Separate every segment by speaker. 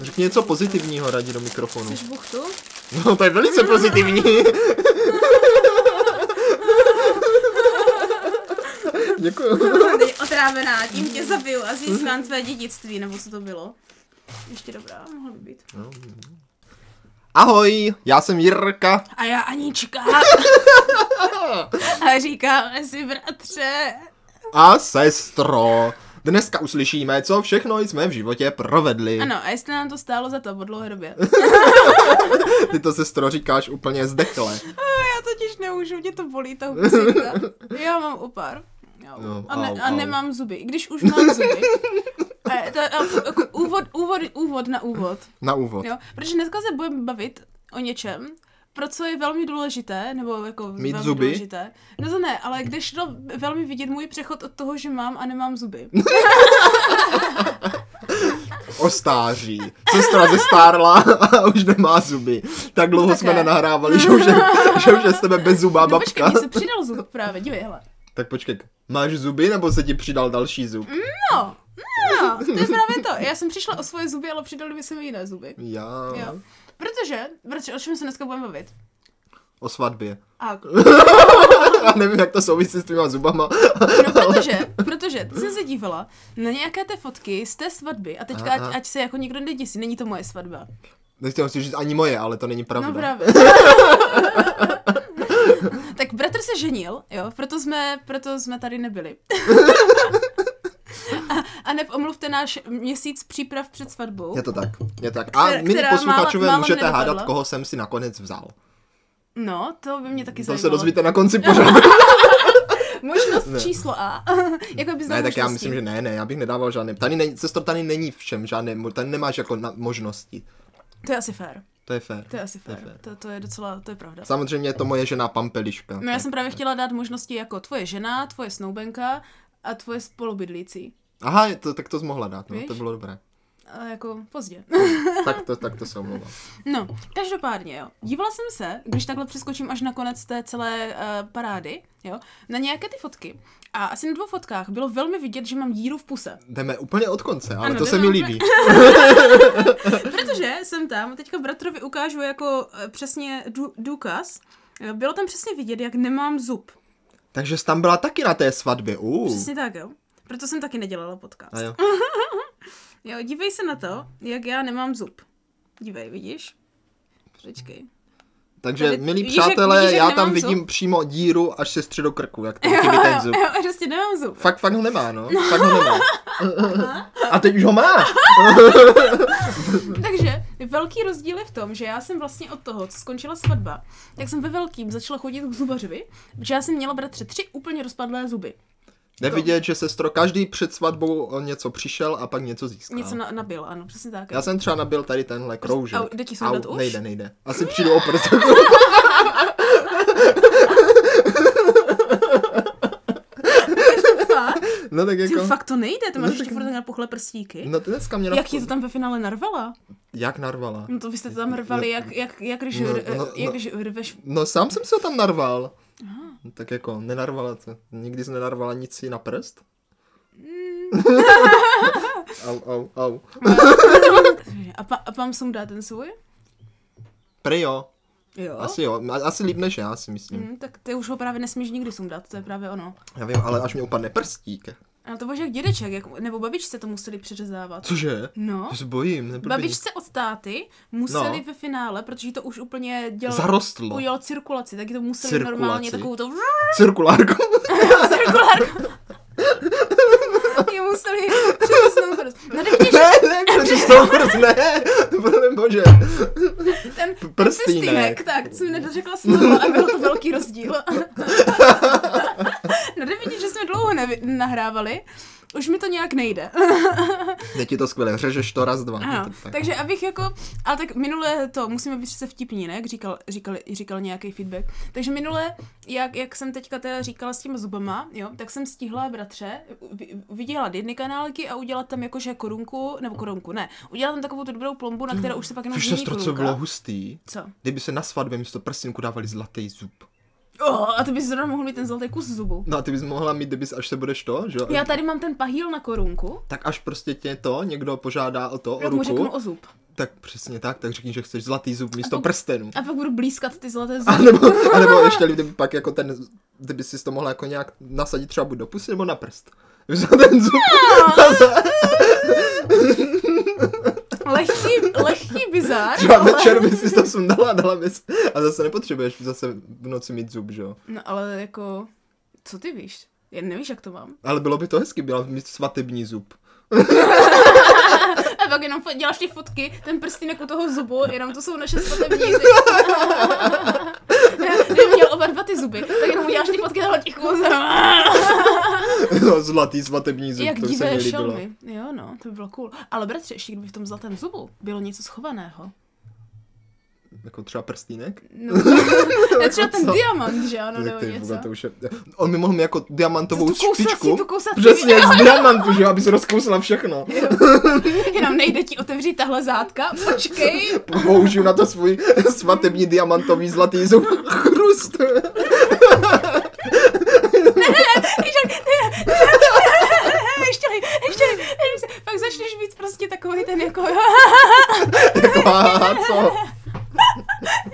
Speaker 1: Řekni něco pozitivního radě do mikrofonu.
Speaker 2: Chceš buchtu?
Speaker 1: No, to je velice pozitivní. Děkuju.
Speaker 2: Teď otrávená, tím tě zabiju a získám tvé dědictví, nebo co to bylo. Ještě dobrá, mohla by být.
Speaker 1: Ahoj, já jsem Jirka.
Speaker 2: A já Anička. a říkáme si bratře.
Speaker 1: A sestro. Dneska uslyšíme, co všechno jsme v životě provedli.
Speaker 2: Ano, a jestli nám to stálo za to po dlouhé době.
Speaker 1: Ty to sestro říkáš úplně zdechle.
Speaker 2: já totiž nemůžu, mě to bolí ta husíka. Já mám opar. Jau.
Speaker 1: No,
Speaker 2: A, ne,
Speaker 1: au,
Speaker 2: a
Speaker 1: au.
Speaker 2: nemám zuby, i když už mám zuby. Eh, to, a, jako úvod, úvod, úvod na úvod.
Speaker 1: Na úvod.
Speaker 2: Jo? Protože dneska se budeme bavit o něčem, pro co je velmi důležité, nebo jako
Speaker 1: Mít
Speaker 2: velmi
Speaker 1: zuby?
Speaker 2: důležité. No to ne, ale když šlo velmi vidět můj přechod od toho, že mám a nemám zuby.
Speaker 1: No O stáří. Sestra zestárla a už nemá zuby. Tak dlouho
Speaker 2: Také.
Speaker 1: jsme nenahrávali, že už je, že už je z tebe bezzubá
Speaker 2: No počkej,
Speaker 1: babka.
Speaker 2: mně se přidal zub právě, dívej, hele.
Speaker 1: Tak počkej, máš zuby nebo se ti přidal další zub?
Speaker 2: No, no, to je právě to. Já jsem přišla o svoje zuby, ale přidali mi se mi jiné zuby.
Speaker 1: Já.
Speaker 2: Jo. Protože, protože o čem se dneska budeme bavit?
Speaker 1: O svatbě.
Speaker 2: A,
Speaker 1: Já nevím, jak to souvisí s tvýma zubama.
Speaker 2: no protože, protože ty jsem se dívala na nějaké té fotky z té svatby a teďka,
Speaker 1: Aha.
Speaker 2: ať, ať se jako nikdo neděsí, není to moje svatba.
Speaker 1: Nechtěl jsem říct ani moje, ale to není pravda.
Speaker 2: No právě. tak bratr se ženil, jo, proto jsme, proto jsme tady nebyli. a, a neomluvte náš měsíc příprav před svatbou.
Speaker 1: Je to tak, je to tak. A
Speaker 2: Která-
Speaker 1: milí
Speaker 2: která
Speaker 1: posluchačové
Speaker 2: málo- málo
Speaker 1: můžete
Speaker 2: mě nenapadla.
Speaker 1: hádat, koho jsem si nakonec vzal.
Speaker 2: No, to by mě taky
Speaker 1: To se
Speaker 2: zajímalo.
Speaker 1: dozvíte na konci pořadu.
Speaker 2: Možnost číslo A. jako by
Speaker 1: ne, tak já myslím, že ne, ne, já bych nedával žádné. Tady není, sestro, tady není všem žádné, mo- tady nemáš jako na, možnosti.
Speaker 2: To je asi fér.
Speaker 1: To je fér.
Speaker 2: To je asi fér.
Speaker 1: To je fér.
Speaker 2: To, to je docela, to je pravda.
Speaker 1: Samozřejmě je to moje žena Pampeliška.
Speaker 2: No já jsem právě chtěla dát možnosti jako tvoje žena, tvoje snoubenka a tvoje spolubydlící.
Speaker 1: Aha, je to, tak to jsi mohla dát, no,
Speaker 2: Víš?
Speaker 1: to bylo dobré.
Speaker 2: A jako pozdě.
Speaker 1: Tak to, tak to se omlouvám.
Speaker 2: No, každopádně, jo. Dívala jsem se, když takhle přeskočím až na konec té celé uh, parády, jo, na nějaké ty fotky. A asi na dvou fotkách bylo velmi vidět, že mám díru v puse.
Speaker 1: Jdeme úplně od konce, ale
Speaker 2: Ano,
Speaker 1: to se
Speaker 2: jdeme
Speaker 1: mi
Speaker 2: úplně-
Speaker 1: líbí.
Speaker 2: Protože jsem tam, teďka bratrovi ukážu jako eh, přesně dů, důkaz, Jo, bylo tam přesně vidět, jak nemám zub.
Speaker 1: Takže jsi tam byla taky na té svatbě, uh.
Speaker 2: Přesně tak, jo. Proto jsem taky nedělala podcast.
Speaker 1: A jo.
Speaker 2: Jo, dívej se na to, jak já nemám zub. Dívej, vidíš? Počkej.
Speaker 1: Takže,
Speaker 2: Tady-
Speaker 1: milí
Speaker 2: vidíš, jak-
Speaker 1: přátelé,
Speaker 2: vidíš, jak
Speaker 1: já tam
Speaker 2: nemám
Speaker 1: vidím
Speaker 2: zub?
Speaker 1: přímo díru až se středu krku, jak tam chybí ten zub.
Speaker 2: Jo, jo, prostě nemám zub.
Speaker 1: Fakt, fakt ho nemá, no. Fakt ho nemá. A teď už ho má.
Speaker 2: Takže velký rozdíl je v tom, že já jsem vlastně od toho, co skončila svatba, tak jsem ve velkým začala chodit k zubařovi, že já jsem měla bratře tři úplně rozpadlé zuby. No.
Speaker 1: Nevidět, že sestro, každý před svatbou o něco přišel a pak něco získal.
Speaker 2: Něco na, nabil, ano, přesně tak.
Speaker 1: Já jsem třeba nabil tady tenhle kroužek.
Speaker 2: Au, jde ti sundat už?
Speaker 1: Nejde, nejde. Asi přijdu o prstu.
Speaker 2: Fakt?
Speaker 1: No tak
Speaker 2: Ty
Speaker 1: jako...
Speaker 2: fakt to nejde, to máš
Speaker 1: No,
Speaker 2: ještě
Speaker 1: tak-
Speaker 2: furt na pochle prstíky.
Speaker 1: No ty dneska mě
Speaker 2: Jak ti
Speaker 1: napůl-
Speaker 2: to tam ve finále narvala?
Speaker 1: Jak narvala?
Speaker 2: No to vy jste to tam rvali, jak, jak, jak, když,
Speaker 1: No,
Speaker 2: r-
Speaker 1: no, no.
Speaker 2: jak když rveš...
Speaker 1: No sám jsem si ho tam narval. No, Tak jako, nenarvala to. Nikdy jsi nenarvala nic si na prst?
Speaker 2: Mm.
Speaker 1: au, au, au.
Speaker 2: A, pa, a pam sundá ten svůj?
Speaker 1: Prej jo.
Speaker 2: Jo.
Speaker 1: Asi jo. Hm, A- Asi líp než já si myslím.
Speaker 2: Hmm, tak ty už ho právě nesmíš nikdy sundat, to je právě ono.
Speaker 1: Já vím, ale až mi upadne prstík.
Speaker 2: Ale to bože jak dědeček, jak, nebo babičce to museli přeřezávat.
Speaker 1: Cože?
Speaker 2: No.
Speaker 1: Já se bojím, neblbý.
Speaker 2: Babičce od táty museli
Speaker 1: No.
Speaker 2: no. ve finále, protože to už úplně dělalo...
Speaker 1: Zarostlo.
Speaker 2: Udělalo cirkulaci, taky to museli
Speaker 1: Cirkulaci.
Speaker 2: normálně takovou to...
Speaker 1: Cirkulárku.
Speaker 2: cirkulárku. Je museli přesnou prst. No teď když
Speaker 1: ne, ne, protože to kurz, ne. Pane bože.
Speaker 2: ten ten
Speaker 1: Prstínek.
Speaker 2: prstínek, tak jsem nedořekla slovo a byl to velký rozdíl. no jde vidět, že jsme dlouho nevy- nahrávali. Už mi to nějak nejde.
Speaker 1: Je ti to skvělé, řežeš to raz, dva.
Speaker 2: Ano,
Speaker 1: Je to tak.
Speaker 2: takže abych jako, ale tak minule to, musíme být se vtipní, ne, jak říkal, říkal, říkal nějaký feedback. Takže minule, jak, jak jsem teďka teda říkala s těma zubama, jo, tak jsem stihla bratře, vy- vydělat jedny kanálky a udělat tam jakože korunku, nebo korunku, ne, udělat tam takovou tu dobrou plombu, na kterou už se pak jenom
Speaker 1: Což
Speaker 2: změní
Speaker 1: sestro, co
Speaker 2: korunka.
Speaker 1: bylo hustý,
Speaker 2: Co?
Speaker 1: kdyby se na svatbě místo prstinku dávali zlatý zub.
Speaker 2: Oh, a ty bys zrovna mohl mít ten zlatý kus zubu.
Speaker 1: No a ty bys mohla mít, kdyby jsi- až se budeš to, že jo?
Speaker 2: Já tady mám ten pahýl na korunku,
Speaker 1: Tak až prostě tě to, někdo požádá o to, o
Speaker 2: tak mu
Speaker 1: ruku,
Speaker 2: řeknu o zub.
Speaker 1: tak přesně tak, tak řekni, že chceš zlatý zub místo
Speaker 2: to-
Speaker 1: prstenů.
Speaker 2: A pak budu blízkat ty zlaté
Speaker 1: A
Speaker 2: zuby.
Speaker 1: nebo, a nebo ještě líp, kdyby pak jako ten, kdyby si to mohla jako nějak nasadit třeba buď do pusy nebo na prst. Vzal ten zub.
Speaker 2: Lehký, lehký bizar.
Speaker 1: Třeba
Speaker 2: ale-
Speaker 1: večer by si to sundala a dala bys. A zase nepotřebuješ zase v noci mít zub, že jo.
Speaker 2: No ale jako, co ty víš? Já nevíš, jak to mám.
Speaker 1: Ale bylo by to hezky, byla mít svatební zub.
Speaker 2: A pak jenom fo- děláš ty fotky, ten prstýnek u toho zubu, jenom to jsou naše svatební zuby. Ne, Kdyby měl oba dva ty zuby, tak jenom uděláš ty fotky takhle tichu.
Speaker 1: No, zlatý svatební zub,
Speaker 2: Jak
Speaker 1: to se mi
Speaker 2: divé
Speaker 1: líbilo.
Speaker 2: šelmy. Jo no, to by bylo cool. Ale bratře, ještě kdyby v tom zlatém zubu bylo něco schovaného.
Speaker 1: Jako třeba prstýnek?
Speaker 2: No, ne, třeba ten
Speaker 1: co?
Speaker 2: diamant, že ano,
Speaker 1: No, tak
Speaker 2: nebo
Speaker 1: to, je,
Speaker 2: něco.
Speaker 1: vůbec, to už je, on mi mohl mít jako diamantovou
Speaker 2: Tu kousací,
Speaker 1: špičku.
Speaker 2: tu kousací.
Speaker 1: Přesně, z diamantu, že jo, abys rozkousala všechno.
Speaker 2: Jenom nejde ti otevřít tahle zátka, počkej.
Speaker 1: Použiju na to svůj svatební diamantový zlatý zub. Chrust.
Speaker 2: Ještě, ještě, ještě, ještě, pak začneš být prostě takový ten jako,
Speaker 1: Jako, a co?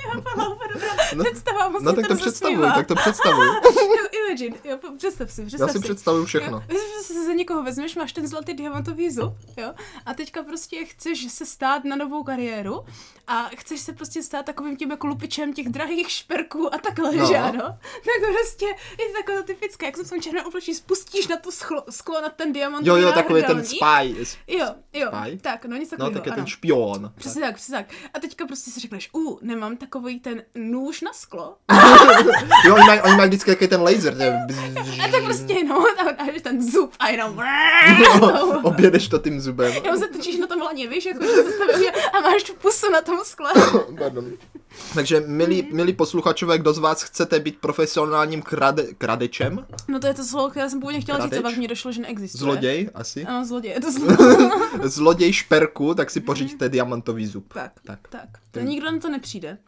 Speaker 2: jo, padla úplně dobrá
Speaker 1: No-
Speaker 2: představa, moc
Speaker 1: No
Speaker 2: mě
Speaker 1: tak to představuju,
Speaker 2: rozesmívá.
Speaker 1: tak to představuju.
Speaker 2: Jo, Imagine, jo, po- představ si,
Speaker 1: Já
Speaker 2: představ
Speaker 1: si představuju všechno.
Speaker 2: Jo, vezmeš si za někoho vezmeš, máš ten zlatý diamantový zub, jo, a teďka prostě chceš se stát na novou kariéru a chceš se prostě stát takovým tím jako lupičem těch drahých šperků a takhle,
Speaker 1: No.
Speaker 2: no. že ano? Tak prostě je to takové typické, jak jsem se černé oblečí, spustíš na to schlo, sklo na ten diamantový
Speaker 1: Jo, jo, takový ten
Speaker 2: náhrdelník.
Speaker 1: spy.
Speaker 2: Jo, jo,
Speaker 1: Spy?
Speaker 2: tak, no nic
Speaker 1: No,
Speaker 2: takového,
Speaker 1: tak je
Speaker 2: ano.
Speaker 1: ten špion.
Speaker 2: Přesně tak, přesně tak. A teďka prostě si řekneš, u, nemám takový ten nůž na sklo,
Speaker 1: Jo, oni mají, oni mají vždycky takový ten laser. Ne? Mm.
Speaker 2: A tak prostě, no, a a ten zub a jenom...
Speaker 1: No, objedeš to tím zubem.
Speaker 2: Jenom se točíš na tom laně, víš, jako, že se stavím a máš tu pusu na tom skle.
Speaker 1: Pardon. Takže, milí, milí posluchačové, kdo z vás chcete být profesionálním krade, kradečem?
Speaker 2: No to je to slovo, které jsem původně chtěla říct, a
Speaker 1: Kradeč?
Speaker 2: pak mi došlo, že neexistuje.
Speaker 1: Zloděj asi?
Speaker 2: Ano, zloděj, je to slovo.
Speaker 1: Zloděj šperku, tak si pořiďte diamantový zub.
Speaker 2: tak,
Speaker 1: Tak.
Speaker 2: tak, tak. To nikdo na to nepřijde.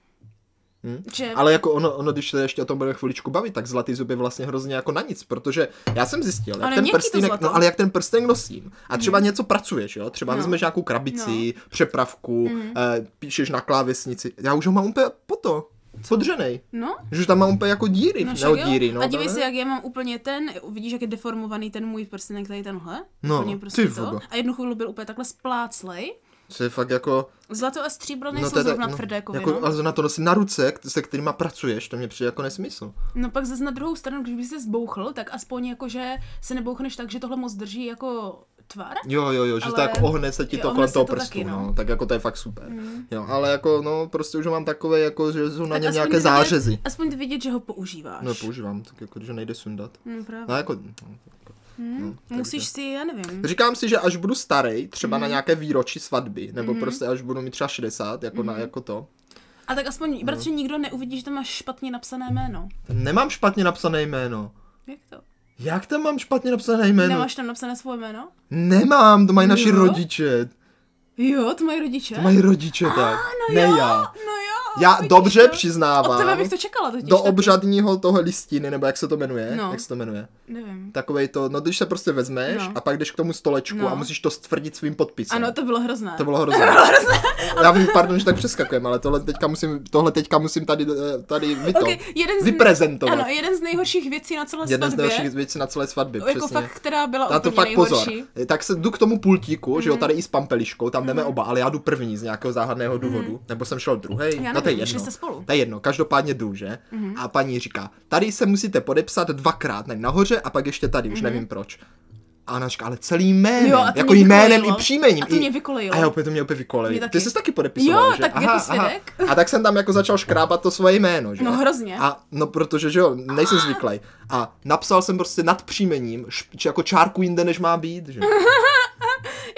Speaker 1: Hm?
Speaker 2: Že...
Speaker 1: Ale jako ono, ono, když se ještě o tom budeme chviličku bavit, tak zlatý zub je vlastně hrozně jako na nic, protože já jsem zjistil, jak
Speaker 2: Ale
Speaker 1: ten
Speaker 2: měkký to
Speaker 1: prstínek,
Speaker 2: zlato. Hmm.
Speaker 1: no ale jak ten prstenek nosím a třeba něco pracuješ, jo, třeba
Speaker 2: No. Hmm.
Speaker 1: vezmeš nějakou krabici, přepravku, eh, píšeš na klávesnici, já už ho mám úplně poto, podřenej,
Speaker 2: No,
Speaker 1: že už tam mám úplně jako díry,
Speaker 2: no,
Speaker 1: no,
Speaker 2: však
Speaker 1: nebo
Speaker 2: jo.
Speaker 1: díry, no.
Speaker 2: a dívej
Speaker 1: to
Speaker 2: se,
Speaker 1: ne.
Speaker 2: jak já mám úplně ten, vidíš, jak je deformovaný ten můj prstenek, tady tenhle.
Speaker 1: No,
Speaker 2: Úplně
Speaker 1: ty
Speaker 2: prostě to.
Speaker 1: vogo.
Speaker 2: A jednu chvíli byl úplně takhle spláclej.
Speaker 1: To je fakt jako,
Speaker 2: Zlato a stříbro nejsou
Speaker 1: no
Speaker 2: no,
Speaker 1: to je,
Speaker 2: zrovna
Speaker 1: no,
Speaker 2: tvrdé kovy. no.
Speaker 1: jako, ale na to nosím na ruce, k- se kterýma pracuješ, to mě přijde jako nesmysl.
Speaker 2: No pak zase na druhou stranu, když by se zbouchl, tak aspoň jako, že se nebouchneš tak, že tohle moc drží jako tvar.
Speaker 1: Jo, jo, jo, že to
Speaker 2: Ale-
Speaker 1: jako ohne se ti
Speaker 2: jo,
Speaker 1: to
Speaker 2: ohne
Speaker 1: kolem
Speaker 2: se
Speaker 1: toho
Speaker 2: to taky,
Speaker 1: prstu, no.
Speaker 2: no. Mm.
Speaker 1: tak jako to je fakt super. Jo, ale jako, no, prostě už ho mám takové, jako, že jsou na
Speaker 2: Tak
Speaker 1: něm
Speaker 2: aspoň
Speaker 1: nějaké
Speaker 2: vidět-
Speaker 1: zářezy.
Speaker 2: Aspoň ty vidět, že ho používáš.
Speaker 1: No, používám, tak jako, že nejde sundat.
Speaker 2: Hmm, právě. No,
Speaker 1: No, jako, no.
Speaker 2: Mm, Musíš Mm. si, já nevím.
Speaker 1: Říkám si, že až budu starý, třeba na nějaké výročí svatby, nebo
Speaker 2: Mm.
Speaker 1: prostě až budu mít třeba 60, jako na, jako to.
Speaker 2: A tak
Speaker 1: No.
Speaker 2: aspoň, bratře, nikdo neuvidí, že tam máš špatně napsané jméno.
Speaker 1: Nemám špatně napsané jméno.
Speaker 2: Jak to?
Speaker 1: Jak tam mám špatně napsané jméno?
Speaker 2: Nemáš tam napsané svoje jméno?
Speaker 1: Nemám, to mají naši
Speaker 2: Jo?
Speaker 1: rodiče.
Speaker 2: Jo, to mají rodiče.
Speaker 1: To mají rodiče, tak.
Speaker 2: no
Speaker 1: ne
Speaker 2: jo,
Speaker 1: já.
Speaker 2: No jo.
Speaker 1: Já
Speaker 2: vidíš
Speaker 1: dobře
Speaker 2: to? Od tebe
Speaker 1: přiznávám.
Speaker 2: bych to čekala totiž.
Speaker 1: do
Speaker 2: taky.
Speaker 1: obřadního toho listiny, nebo jak se to jmenuje, no.
Speaker 2: No.
Speaker 1: jak se to jmenuje.
Speaker 2: Nevím.
Speaker 1: Takovej to, no když se prostě vezmeš no.
Speaker 2: No.
Speaker 1: a pak jdeš k tomu stolečku no.
Speaker 2: No.
Speaker 1: a musíš to stvrdit svým podpisem.
Speaker 2: Ano, to bylo hrozné.
Speaker 1: to bylo hrozné. Já vím, pardon, že tak přeskakujem, ale tohle teďka musím, tohle teďka musím tady, eh, tady vyto,
Speaker 2: Ok, jeden z...
Speaker 1: vyprezentovat.
Speaker 2: Ano, jeden z nejhorších věcí na celé
Speaker 1: Jeden z
Speaker 2: svatbě.
Speaker 1: nejhorších věcí na celé svatbě,
Speaker 2: Jako
Speaker 1: přesně.
Speaker 2: fakt, která byla
Speaker 1: A
Speaker 2: úplně
Speaker 1: to fakt pozor.
Speaker 2: nejhorší. Mhm.
Speaker 1: Tak se jdu k tomu pultíku, že jo, tady i s pampeliškou, tam jdeme oba, ale já jdu první z nějakého záhadného důvodu. Nebo jsem šel druhý,
Speaker 2: Mhm. Já
Speaker 1: no to je
Speaker 2: nevím, šli
Speaker 1: jedno.
Speaker 2: jste spolu.
Speaker 1: To je jedno, každopádně jdu, že?
Speaker 2: Mhm.
Speaker 1: A paní říká, tady se musíte podepsat dvakrát, ne nahoře a pak ještě tady, už nevím proč. A ona říká, ale celý jménem,
Speaker 2: Mhm. Jo, a to
Speaker 1: jako
Speaker 2: mě
Speaker 1: jménem i
Speaker 2: vykolejilo.
Speaker 1: příjmením.
Speaker 2: A to
Speaker 1: i-
Speaker 2: mě vykolejilo.
Speaker 1: A já opět to mě opět
Speaker 2: Mě
Speaker 1: vykolejilo. Ty
Speaker 2: taky.
Speaker 1: jsi taky podepisoval,
Speaker 2: Jo,
Speaker 1: že?
Speaker 2: tak jako svědek.
Speaker 1: A tak jsem tam jako začal škrábat to svoje jméno, že?
Speaker 2: No,
Speaker 1: jo?
Speaker 2: hrozně.
Speaker 1: A no protože, že jo, nejsem zvyklý. A napsal jsem prostě nad příjmením, š- či jako čárku jinde, než má být, že? jo.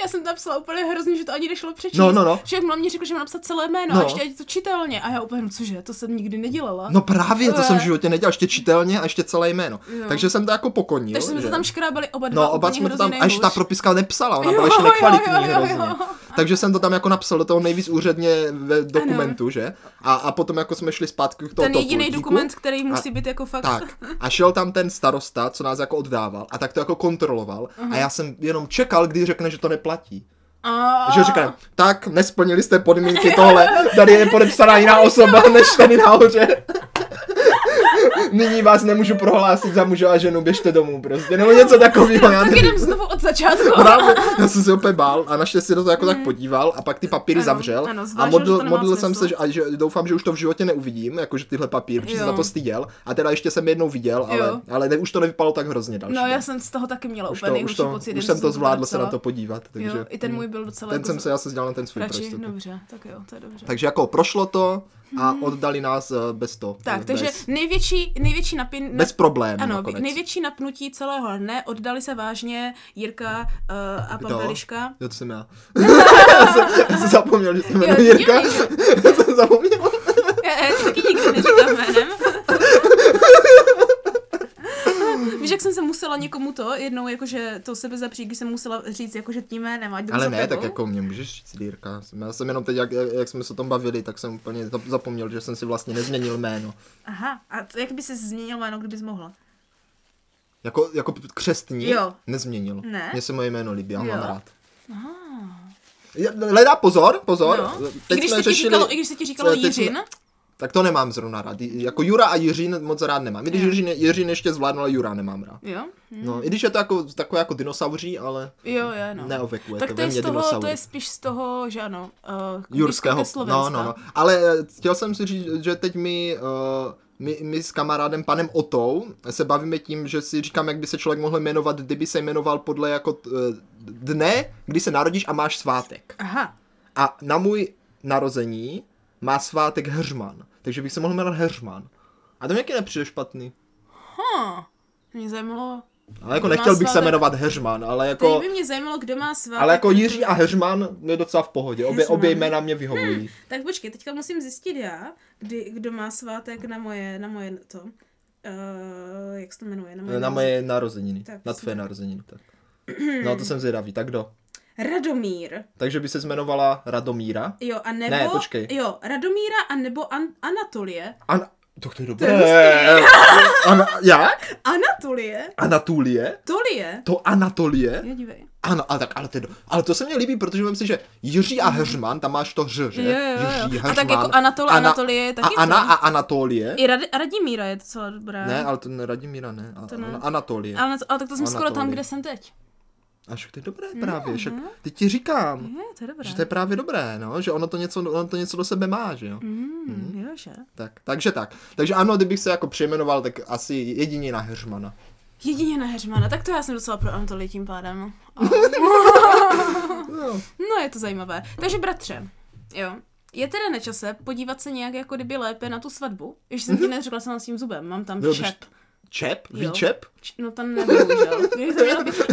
Speaker 2: Já jsem napsala úplně hrozně, že to ani nešlo přečíst.
Speaker 1: No, no, no.
Speaker 2: Že jak mě řekl, že mám napsat celé jméno
Speaker 1: No.
Speaker 2: a ještě ať je to čitelně. A já úplně, no cože, to jsem nikdy nedělala.
Speaker 1: No právě, to
Speaker 2: Ne.
Speaker 1: jsem v životě nedělal, ještě čitelně a ještě celé jméno. Takže jsem to jako pokonil.
Speaker 2: No. Takže jsme
Speaker 1: že?
Speaker 2: to tam škrábali oba dva.
Speaker 1: No, oba
Speaker 2: úplně
Speaker 1: jsme to tam,
Speaker 2: hrozně
Speaker 1: až ta
Speaker 2: nejhůř.
Speaker 1: propiska nepsala, ona byla
Speaker 2: Jo,
Speaker 1: ještě
Speaker 2: jo,
Speaker 1: nekvalitní
Speaker 2: jo, jo, jo.
Speaker 1: hrozně. Takže jsem to tam jako napsal do toho nejvíc úředně v dokumentu, že? A, a potom jako jsme šli zpátky k tomu
Speaker 2: Ten jediný dokument, který musí
Speaker 1: A-
Speaker 2: být jako fakt.
Speaker 1: Tak. A šel tam ten starosta, co nás jako oddával a tak to jako kontroloval. Uh-huh. A já jsem jenom čekal, kdy řekne, že to neplatí.
Speaker 2: A...
Speaker 1: Že říkám, tak, nesplnili jste podmínky tohle, tady je podepsaná jiná osoba než tady nahoře. Nyní vás nemůžu prohlásit za muže a ženu, běžte domů prostě, nebo něco takového. Já,
Speaker 2: No, Tak
Speaker 1: nevím.
Speaker 2: jdem znovu od začátku.
Speaker 1: Právě, já jsem se úplně bál a naštěstí do toho jako tak podíval a pak ty papíry
Speaker 2: Hmm. Ano,
Speaker 1: zavřel
Speaker 2: ano,
Speaker 1: a
Speaker 2: zvážil, že to
Speaker 1: modlil,
Speaker 2: nemá
Speaker 1: modlil jsem
Speaker 2: smysl.
Speaker 1: se, že, a že doufám, že už to v životě neuvidím, jakože tyhle papíry, protože jsem
Speaker 2: Jo.
Speaker 1: za to styděl a teda ještě jsem jednou viděl, ale,
Speaker 2: Jo.
Speaker 1: ale ne, už to nevypadalo tak hrozně další.
Speaker 2: No,
Speaker 1: den.
Speaker 2: já jsem z toho taky měla
Speaker 1: už,
Speaker 2: úplně
Speaker 1: to, už,
Speaker 2: nejhorší
Speaker 1: to,
Speaker 2: pocit.
Speaker 1: už
Speaker 2: když
Speaker 1: jsem to
Speaker 2: to
Speaker 1: zvládl se na
Speaker 2: podepsala.
Speaker 1: to podívat, takže hmm.
Speaker 2: Jo, i ten můj byl docela
Speaker 1: ten
Speaker 2: jako
Speaker 1: jsem
Speaker 2: z-
Speaker 1: se, já se dělal na ten svůj
Speaker 2: radši,
Speaker 1: prostě.
Speaker 2: dobře, tak jo, to je dobře.
Speaker 1: Takže jako prošlo to a oddali nás eh, bez to.
Speaker 2: Hmm. Tak,
Speaker 1: bez,
Speaker 2: takže největší, největší napin...
Speaker 1: bez problémů
Speaker 2: ano,
Speaker 1: nakonec.
Speaker 2: největší napnutí celého dne oddali se vážně Jirka uh, a pan
Speaker 1: Kdo?
Speaker 2: Beliška.
Speaker 1: Jo, to jsem já. já, jsem, já jsem zapomněl, že se jmenuji
Speaker 2: Jo,
Speaker 1: Jirka. já jsem zapomněl.
Speaker 2: Já, já taky nikdy neříkám jménem. Víš, jak jsem se musela někomu to jednou, jakože to sebe zapřít, když jsem musela říct, jakože tím jménem, ať jdu za
Speaker 1: Ale ne,
Speaker 2: tebou?
Speaker 1: tak jako mě můžeš říct Jirka. Jsem- Já jsem jenom teď, jak, jak jsme se o tom bavili, tak jsem úplně zap- zapomněl, že jsem si vlastně nezměnil jméno.
Speaker 2: Aha, a t- jak by se změnil jméno, kdybys mohla?
Speaker 1: Jako, jako křestní
Speaker 2: Jo.
Speaker 1: nezměnil.
Speaker 2: Ne.
Speaker 1: Mně se moje jméno líbí, já ho
Speaker 2: Jo.
Speaker 1: mám rád. Je- Leda, pozor, pozor.
Speaker 2: No. I,
Speaker 1: Teď
Speaker 2: když
Speaker 1: jsme
Speaker 2: se ti
Speaker 1: řešili-
Speaker 2: říkalo, I když se ti říkalo
Speaker 1: teď jsme-
Speaker 2: Jiřin?
Speaker 1: Tak to nemám zrovna rád. J- Jako Jura a Jiřin moc rád nemám. I když
Speaker 2: Jo.
Speaker 1: Jiřin, Jiřin ještě zvládnul, ale Jura nemám rád.
Speaker 2: Jo? Hm.
Speaker 1: No, i když je to jako, takové jako dinosauří, ale
Speaker 2: Jo, jo, no.
Speaker 1: neovekuje
Speaker 2: tak
Speaker 1: to
Speaker 2: to
Speaker 1: ve
Speaker 2: je,
Speaker 1: mně
Speaker 2: z toho, to
Speaker 1: dinosaury.
Speaker 2: je spíš z toho, že ano, uh,
Speaker 1: Jurského.
Speaker 2: Slovenska.
Speaker 1: No, no, no. Ale eh, chtěl jsem si říct, že teď my, uh, my, my s kamarádem panem Otou se bavíme tím, že si říkám, jak by se člověk mohl jmenovat, kdyby se jmenoval podle jako eh, dne, kdy se narodíš a máš svátek.
Speaker 2: Aha,
Speaker 1: A na můj narození má svátek Heřman. Takže bych se mohl jmenovat Heřman. A to mi jaký nepřijde špatný.
Speaker 2: huh. mě zajímalo,
Speaker 1: Ale jako
Speaker 2: Kdo má
Speaker 1: nechtěl bych se
Speaker 2: svátek?
Speaker 1: jmenovat Heřman, ale
Speaker 2: jako...
Speaker 1: jako...
Speaker 2: by mě zajímalo, kdo má svátek.
Speaker 1: Ale jako Jiří a Heřman je docela v pohodě. Obě,
Speaker 2: Heřman.
Speaker 1: obě jména mě vyhovují.
Speaker 2: Tak počkej, teďka musím zjistit já, kdy, kdo má svátek na moje, na moje to, uh, jak se to jmenuje? Na moje,
Speaker 1: Na moje narozeniny.
Speaker 2: Tak,
Speaker 1: na
Speaker 2: to
Speaker 1: tvé
Speaker 2: jsme-
Speaker 1: narozeniny. Tak. No to jsem zvědavý. Tak kdo?
Speaker 2: Radomír.
Speaker 1: Takže by se jmenovala Radomíra.
Speaker 2: Jo, a nebo...
Speaker 1: Ne, počkej.
Speaker 2: Jo, Radomíra a nebo An- Anatolie.
Speaker 1: An... Tak to je dobré.
Speaker 2: je
Speaker 1: Ana... Jak?
Speaker 2: Anatolie?
Speaker 1: Anatolie?
Speaker 2: Tolie?
Speaker 1: To Anatolie?
Speaker 2: Jo, dívej.
Speaker 1: Ano, ale, tak, ale, to, je do- ale to se mně líbí, protože myslím si, že Jiří a Heřman, tam máš to ř, že?
Speaker 2: Jo, jo, jo, jo.
Speaker 1: Jiří,
Speaker 2: A tak
Speaker 1: Heřman.
Speaker 2: jako Anatol, Anatolie je taky
Speaker 1: A Ana
Speaker 2: to.
Speaker 1: a Anatolie.
Speaker 2: I Rad- Radimíra je docela dobrá.
Speaker 1: Ne, ale to ne, Radimíra ne. A,
Speaker 2: To ne.
Speaker 1: Anatolie.
Speaker 2: Ale, na to, ale tak to jsem skoro tam,
Speaker 1: Anatolie.
Speaker 2: kde jsem teď.
Speaker 1: A však to je dobré právě, však teď ti říkám,
Speaker 2: Je, to je dobré.
Speaker 1: že to je právě dobré, no, že ono to něco, ono to něco do sebe má, že jo.
Speaker 2: Mm, jo, že?
Speaker 1: Tak, takže tak. Takže ano, kdybych se jako přejmenoval, tak asi jedině na Heřmana.
Speaker 2: Jedině na Heřmana, tak to já jsem docela pro Anatolii tím pádem. A-
Speaker 1: No,
Speaker 2: No, je to zajímavé. Takže bratře, jo, je teda na čase podívat se nějak jako kdyby lépe na tu svatbu. Ještě jsem ti neřekla, co mám s tím zubem, mám tam
Speaker 1: Jo,
Speaker 2: čep.
Speaker 1: čep?
Speaker 2: Jo.
Speaker 1: Výčep?
Speaker 2: Č- No ten nebohužel.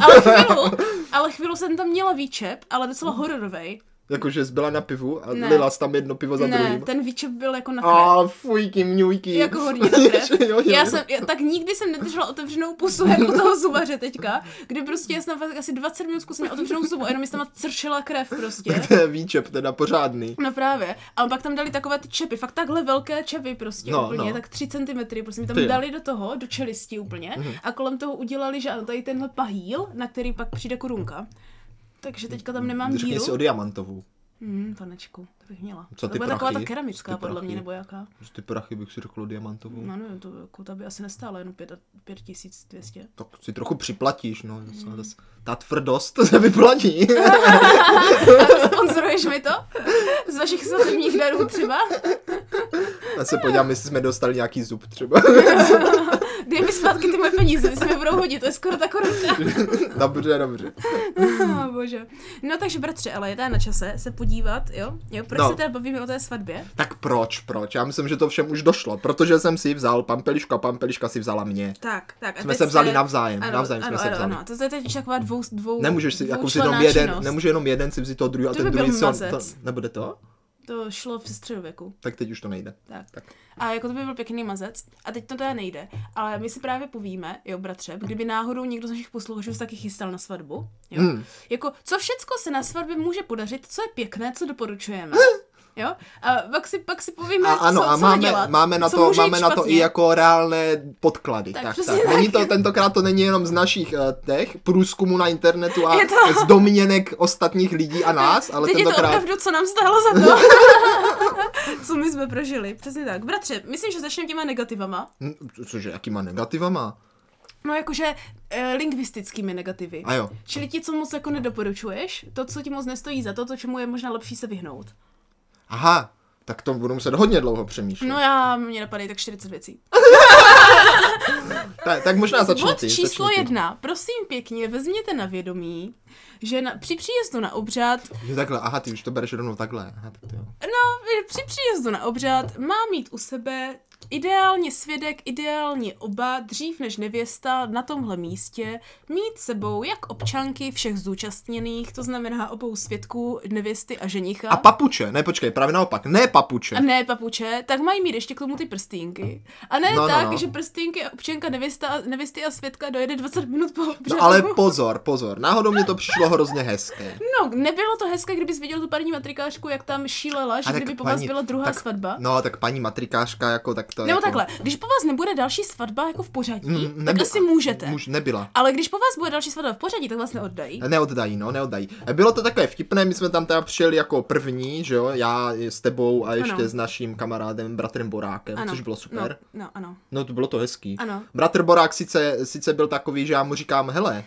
Speaker 2: ale chvíli, ale chvíli jsem tam měla výčep, ale docela hororovej.
Speaker 1: Jakože zbyla na pivu a
Speaker 2: Ne.
Speaker 1: lila jsi tam jedno pivo za
Speaker 2: Ne,
Speaker 1: druhým.
Speaker 2: ten výčep byl jako na krev.
Speaker 1: A fujky, mňujky.
Speaker 2: Jako hodně na krev.
Speaker 1: Jo, jo,
Speaker 2: Já
Speaker 1: jo.
Speaker 2: jsem, já, tak nikdy jsem nedržela otevřenou pusu jako toho zubaře teďka, kdy prostě já jsem fakt asi 20 minut zkusila otevřenou zubu a jenom mi tam crčela krev prostě.
Speaker 1: To je výčep, teda pořádný.
Speaker 2: No právě. A pak tam dali takové ty čepy, fakt takhle velké čepy prostě
Speaker 1: No,
Speaker 2: no, úplně,
Speaker 1: no.
Speaker 2: no. tak 3 cm, prostě mi tam
Speaker 1: Ty jo. Mhm.
Speaker 2: dali do toho, do čelisti úplně a kolem toho udělali, že ano, tady tenhle pahýl, na který pak přijde korunka. Takže teďka tam nemám
Speaker 1: Řekni
Speaker 2: díru.
Speaker 1: si o diamantovou.
Speaker 2: Hmm, panečku, to bych měla.
Speaker 1: Co
Speaker 2: to
Speaker 1: ty
Speaker 2: bude taková ta
Speaker 1: prachy?
Speaker 2: keramická
Speaker 1: Ty
Speaker 2: podle mě,
Speaker 1: prachy.
Speaker 2: nebo jaká.
Speaker 1: Ty prachy bych si řekl o diamantovou.
Speaker 2: No nevím, to, jako, ta by asi nestála jenom 5200.
Speaker 1: Tak si trochu připlatíš, no. Mm. Ta tvrdost to se vyplatí.
Speaker 2: Sponzoruješ mi to? Z vašich svatebních darů třeba?
Speaker 1: Já se podívám, jestli jsme dostali nějaký zub třeba.
Speaker 2: Dej mi zpátky ty moje peníze, ty se mi budou hodit, to je skoro ta korunka.
Speaker 1: dobře, dobře.
Speaker 2: Oh, bože. No takže bratře, ale je teda na čase se podívat, jo? jo proč
Speaker 1: No.
Speaker 2: no. se teda bavíme o té svatbě?
Speaker 1: Tak proč, proč? Já myslím, že to všem už došlo, protože jsem si vzal pampelišku a pampeliška si vzala mě.
Speaker 2: Tak, tak. A
Speaker 1: Jsme
Speaker 2: teď
Speaker 1: se vzali navzájem, navzájem
Speaker 2: ano,
Speaker 1: jsme se
Speaker 2: ano,
Speaker 1: vzali.
Speaker 2: Ano, to je teď taková dvou, dvou
Speaker 1: Nemůžeš si, jako si
Speaker 2: dvoučlenná
Speaker 1: jenom jeden,
Speaker 2: činnost.
Speaker 1: nemůže jenom jeden si vzít toho druhého a
Speaker 2: To
Speaker 1: ten
Speaker 2: by byl
Speaker 1: druhý si on, to,
Speaker 2: mazec.
Speaker 1: nebude to?
Speaker 2: To šlo v středověku.
Speaker 1: Tak teď už to nejde.
Speaker 2: Tak.
Speaker 1: Tak.
Speaker 2: tak. A jako to by byl pěkný mazec. A teď to teda nejde. Ale my si právě povíme, jo, bratře, kdyby náhodou někdo z našich posluchačů se taky chystal na svatbu, jo?
Speaker 1: Hmm.
Speaker 2: Jako, co všecko se na svatbě může podařit, co je pěkné, co doporučujeme. jo? A pak si, pak si povíme,
Speaker 1: A ano,
Speaker 2: co,
Speaker 1: a
Speaker 2: co
Speaker 1: máme,
Speaker 2: nedělat,
Speaker 1: máme, na
Speaker 2: co
Speaker 1: to,
Speaker 2: může jít
Speaker 1: máme na to i
Speaker 2: špatně.
Speaker 1: jako reálné podklady.
Speaker 2: Tak
Speaker 1: Tak, tak,
Speaker 2: přesně tak.
Speaker 1: Není to, tentokrát to není jenom z našich uh, těch průzkumu na internetu a
Speaker 2: Je to-
Speaker 1: z domněnek ostatních lidí a nás, ale
Speaker 2: Teď je to
Speaker 1: tentokrát...
Speaker 2: opravdu, co nám stálo za to. co my jsme prožili, přesně tak. Bratře, myslím, že začneme těma negativama.
Speaker 1: Hm, Cože, jakýma negativama?
Speaker 2: No jakože e, lingvistickými negativy.
Speaker 1: A jo.
Speaker 2: Čili ti, co moc jako nedoporučuješ, to, co ti moc nestojí za to, to, čemu je možná lepší se vyhnout.
Speaker 1: Aha, tak to budu muset hodně dlouho přemýšlet.
Speaker 2: No já, mě napadají tak 40 věcí.
Speaker 1: Tak, tak možná začni
Speaker 2: Bod
Speaker 1: ty.
Speaker 2: číslo
Speaker 1: začni ty.
Speaker 2: jedna. Prosím pěkně, vezměte na vědomí, že na, při příjezdu na obřad
Speaker 1: Jo, takhle, aha, ty už to bereš rovnou takhle. Aha, tak to jo.
Speaker 2: No, při příjezdu na obřad má mít u sebe ideálně svědek, ideálně oba, dřív než nevěsta, na tomhle místě, mít sebou jak občanky všech zúčastněných, to znamená obou svědků, nevěsty a ženicha.
Speaker 1: A papuče, ne, počkej, právě naopak, ne papuče.
Speaker 2: a ne papuče, tak mají mít ještě k tomu ty prstínky. A ne
Speaker 1: No,
Speaker 2: no,
Speaker 1: no,
Speaker 2: tak, no,
Speaker 1: no.
Speaker 2: že prstínky a občanka nevěsta, a- nevěsty a svědka dojede 20 minut po obřadu.
Speaker 1: No ale pozor, pozor, náhodou mě to přišlo hrozně hezké.
Speaker 2: No, nebylo to hezké, kdybys viděl tu paní matrikářku, jak tam šílela, že
Speaker 1: A tak
Speaker 2: kdyby po vás
Speaker 1: paní-
Speaker 2: byla druhá
Speaker 1: tak-
Speaker 2: svatba.
Speaker 1: No, tak paní matrikářka jako tak to...
Speaker 2: Nebo
Speaker 1: jako...
Speaker 2: takhle, když po vás nebude další svatba jako v pořadí,
Speaker 1: Mm,
Speaker 2: tak
Speaker 1: nebyla-
Speaker 2: asi můžete.
Speaker 1: Muž, nebyla.
Speaker 2: Ale když po vás bude další svatba v pořadí, tak vás neoddají.
Speaker 1: Neoddají, no, neoddají. E, Bylo to takové vtipné, my jsme tam teda přijeli jako první, že jo, já s tebou a ještě
Speaker 2: Ano.
Speaker 1: s naším kamarádem, bratrem Borákem, ano. což bylo super. No.
Speaker 2: No, no ano.
Speaker 1: No to bylo to hezký.
Speaker 2: Ano.
Speaker 1: Bratr Borák sice, sice byl takový, že já mu říkám, hele,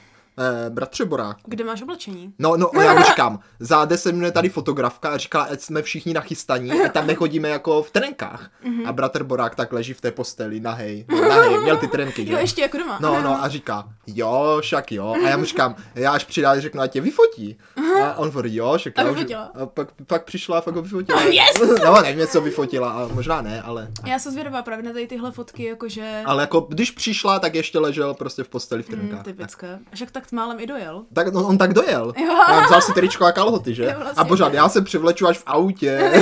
Speaker 1: eh, bratře Borák,
Speaker 2: Kde máš oblečení?
Speaker 1: No, no, a já mu říkám, za 10 minut je tady fotografka a říká, ať jsme všichni nachystaní, ať tam nechodíme jako v trenkách.
Speaker 2: Mhm.
Speaker 1: Mm-hmm. A bratr Borák tak leží v té posteli, nahej, no, nahej, měl ty trenky, že?
Speaker 2: Jo, ještě jako doma.
Speaker 1: No, no, a říká, jo, však jo. A já mu říkám, já až přidám, řeknu, ať tě vyfotí. A on hovorí, jo, však
Speaker 2: A
Speaker 1: jo. že-
Speaker 2: vyfotila.
Speaker 1: A pak, pak přišla a pak ho vyfotila.
Speaker 2: Yes!
Speaker 1: No, nevím, co vyfotila, a možná ne, ale...
Speaker 2: Já jsem zvědavá právě na tady tyhle fotky, jakože...
Speaker 1: Ale jako, když přišla, tak ještě ležel prostě v posteli v trenkách.
Speaker 2: Mm, typické. Však tak málem i dojel.
Speaker 1: Tak no, on, on tak dojel.
Speaker 2: Jo.
Speaker 1: A vzal si tričko a kalhoty, že?
Speaker 2: Jo, vlastně.
Speaker 1: A pořád, já se přivleču až v autě.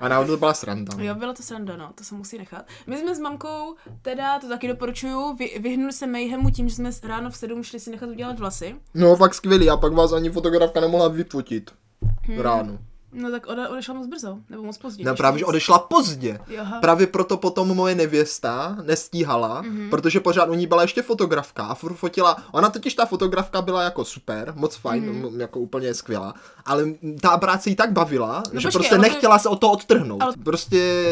Speaker 1: a najednou to byla sranda.
Speaker 2: Jo, byla to sranda, no, to se musí nechat. My jsme s mamkou, teda, to taky doporučuju, vy, vyhnuli se mayhemu tím, že jsme ráno v 7 šli si nechat udělat vlasy.
Speaker 1: No fakt skvělý, a pak vás ani fotografka nemohla vyfotit. Hmm. Ráno.
Speaker 2: No tak ode, odešla moc brzo, nebo moc pozdě.
Speaker 1: Ne,
Speaker 2: když
Speaker 1: No, právě,
Speaker 2: to
Speaker 1: že
Speaker 2: moc-
Speaker 1: odešla pozdě.
Speaker 2: Joha.
Speaker 1: Právě proto potom moje nevěsta nestíhala,
Speaker 2: Mhm.
Speaker 1: mm-hmm. protože pořád u ní byla ještě fotografka a furt fotila. Ona totiž ta fotografka byla jako super, moc fajn,
Speaker 2: Mhm.
Speaker 1: mm-hmm. jako úplně skvělá, ale ta práce jí tak bavila, no, že
Speaker 2: počkej,
Speaker 1: počkej, prostě
Speaker 2: ale to-
Speaker 1: nechtěla se o to odtrhnout.
Speaker 2: Ale-
Speaker 1: Ale... Prostě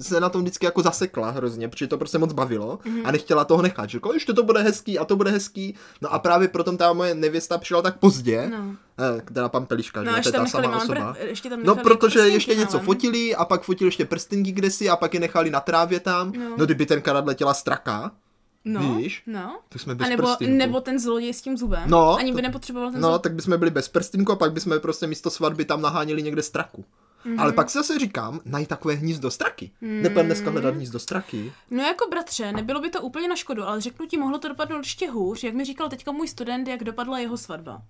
Speaker 1: se na tom vždycky jako zasekla hrozně, protože to prostě moc bavilo
Speaker 2: Mhm.
Speaker 1: mm-hmm. a nechtěla toho nechat. Že jako, ještě to bude hezký a to bude hezký. No a právě proto ta moje nevěsta přišla tak pozdě,
Speaker 2: No.
Speaker 1: eh, teda pan Peliška,
Speaker 2: No,
Speaker 1: že? jo, to
Speaker 2: ještě
Speaker 1: je
Speaker 2: tam
Speaker 1: ta
Speaker 2: nechali
Speaker 1: samá
Speaker 2: málem,
Speaker 1: osoba.
Speaker 2: pr- ještě tam
Speaker 1: No,
Speaker 2: nechali prostě
Speaker 1: protože
Speaker 2: prstinky
Speaker 1: ještě něco
Speaker 2: málem.
Speaker 1: fotili a pak fotili ještě prstinky kdesi a pak je nechali na trávě tam.
Speaker 2: No.
Speaker 1: No, no kdyby ten kanad letěla straka,
Speaker 2: No,
Speaker 1: Víš?
Speaker 2: no.
Speaker 1: tak jsme
Speaker 2: A
Speaker 1: bez
Speaker 2: nebo,
Speaker 1: prstinku.
Speaker 2: nebo ten zloděj s tím zubem.
Speaker 1: No,
Speaker 2: Ani
Speaker 1: to-
Speaker 2: by nepotřeboval ten
Speaker 1: No,
Speaker 2: zub.
Speaker 1: tak bychom byli bez prstinku a pak bychom prostě místo svatby tam nahánili někde straku.
Speaker 2: Mhm.
Speaker 1: Mm-hmm. Ale pak si zase říkám, najít takové hnízdo straky. Mm-hmm. Nepůjdeme dneska hledat hnízdo straky.
Speaker 2: No jako bratře, nebylo by to úplně na škodu, ale řeknu ti, mohlo to dopadnout ještě hůř, jak mi říkal teďka můj student, jak dopadla jeho svatba.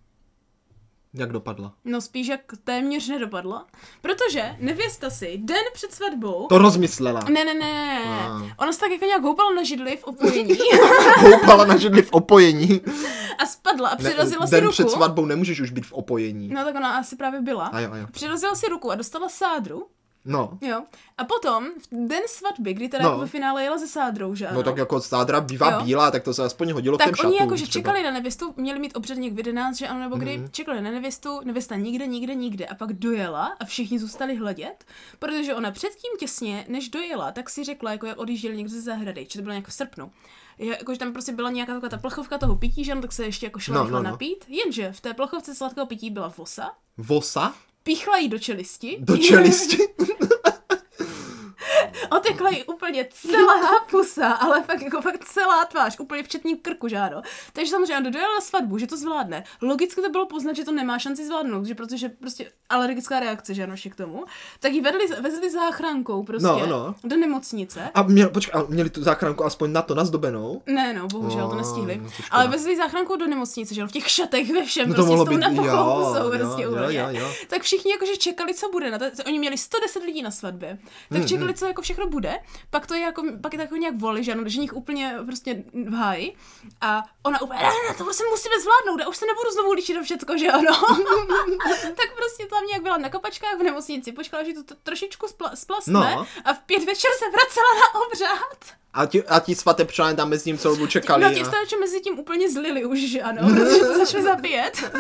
Speaker 1: Jak dopadla?
Speaker 2: No spíš jak téměř nedopadla, protože nevěsta si den před svatbou...
Speaker 1: To rozmyslela.
Speaker 2: Ne, ne, ne,
Speaker 1: A.
Speaker 2: ne. Ona se tak jako nějak houpala na židli v opojení
Speaker 1: Houpala na židli v opojení.
Speaker 2: a spadla a přirazila si
Speaker 1: den
Speaker 2: ruku.
Speaker 1: před svatbou nemůžeš už být v opojení.
Speaker 2: No tak ona asi právě byla.
Speaker 1: A jo, a jo.
Speaker 2: Přirazila si ruku a dostala sádru.
Speaker 1: No.
Speaker 2: Jo. A potom, v den svatby, kdy teda
Speaker 1: No.
Speaker 2: no. ve finále jela ze sádrou, že ano,
Speaker 1: No tak jako sádra bývá
Speaker 2: Eh. Jo.
Speaker 1: bílá, tak to se aspoň hodilo k
Speaker 2: tak
Speaker 1: těm šatům.
Speaker 2: oni jakože
Speaker 1: třeba. Mhm.
Speaker 2: čekali na nevěstu, měli mít obřadník v 11, že ano, nebo kdy mm čekali na nevěstu, nevěsta nikde, nikde, nikde a pak dojela a všichni zůstali hledět, protože ona předtím těsně, než dojela, tak si řekla, jako jak odjížděli někdo ze zahrady, či to bylo nějak v srpnu, jakože tam prostě byla nějaká taková ta plechovka toho pití, že ano, tak se ještě jako šla
Speaker 1: No,
Speaker 2: no, no,
Speaker 1: no, no.
Speaker 2: napít, jenže v té plechovce sladkého pití byla vosa,
Speaker 1: Vosa?
Speaker 2: píchla jí do čelisti.
Speaker 1: Do čelisti?
Speaker 2: Otekla jí úplně celá pusa, ale fakt jako fakt celá tvář, úplně včetní krku žádo. Takže samozřejmě ona dojela na svatbu, že to zvládne. Logicky to bylo poznat, že to nemá šanci zvládnout, že protože prostě alergická reakce, že ano, ještě k tomu. Tak ji vedli, vezli záchrankou prostě
Speaker 1: No, no.
Speaker 2: do nemocnice.
Speaker 1: A měl, počkej, a měli tu záchranku aspoň na to nazdobenou?
Speaker 2: Ne, no, bohužel to nestihli.
Speaker 1: No, to škoda.
Speaker 2: Ale vezli záchranku do nemocnice, že jo, v těch šatech ve všem,
Speaker 1: No to
Speaker 2: prostě
Speaker 1: mohlo
Speaker 2: s tou
Speaker 1: být-
Speaker 2: napuchlou
Speaker 1: jo,
Speaker 2: pusou,
Speaker 1: jo,
Speaker 2: prostě
Speaker 1: jo,
Speaker 2: úplně.
Speaker 1: jo, jo.
Speaker 2: Tak všichni jakože čekali, co bude. Na to, oni měli 110 lidí na svatbě. Tak
Speaker 1: Hmm,
Speaker 2: čekali, co jako všechno bude, pak to je jako, pak je takový nějak voli, že ano, že nich úplně prostě v háji a ona úplně, ne, ne, to prostě musíme zvládnout, já už se nebudu znovu líčit do všecko, že ano. tak prostě tam nějak byla na kopačkách v nemocnici, počkala, že to t- trošičku spla, splasne
Speaker 1: No.
Speaker 2: a v pět večer se vracela na obřád.
Speaker 1: A ti, a ti svatebčané tam mezi ním celou dobu čekali.
Speaker 2: No,
Speaker 1: a-
Speaker 2: těch stáčů mezi tím úplně zlili už, že ano, protože to začali zabíjet.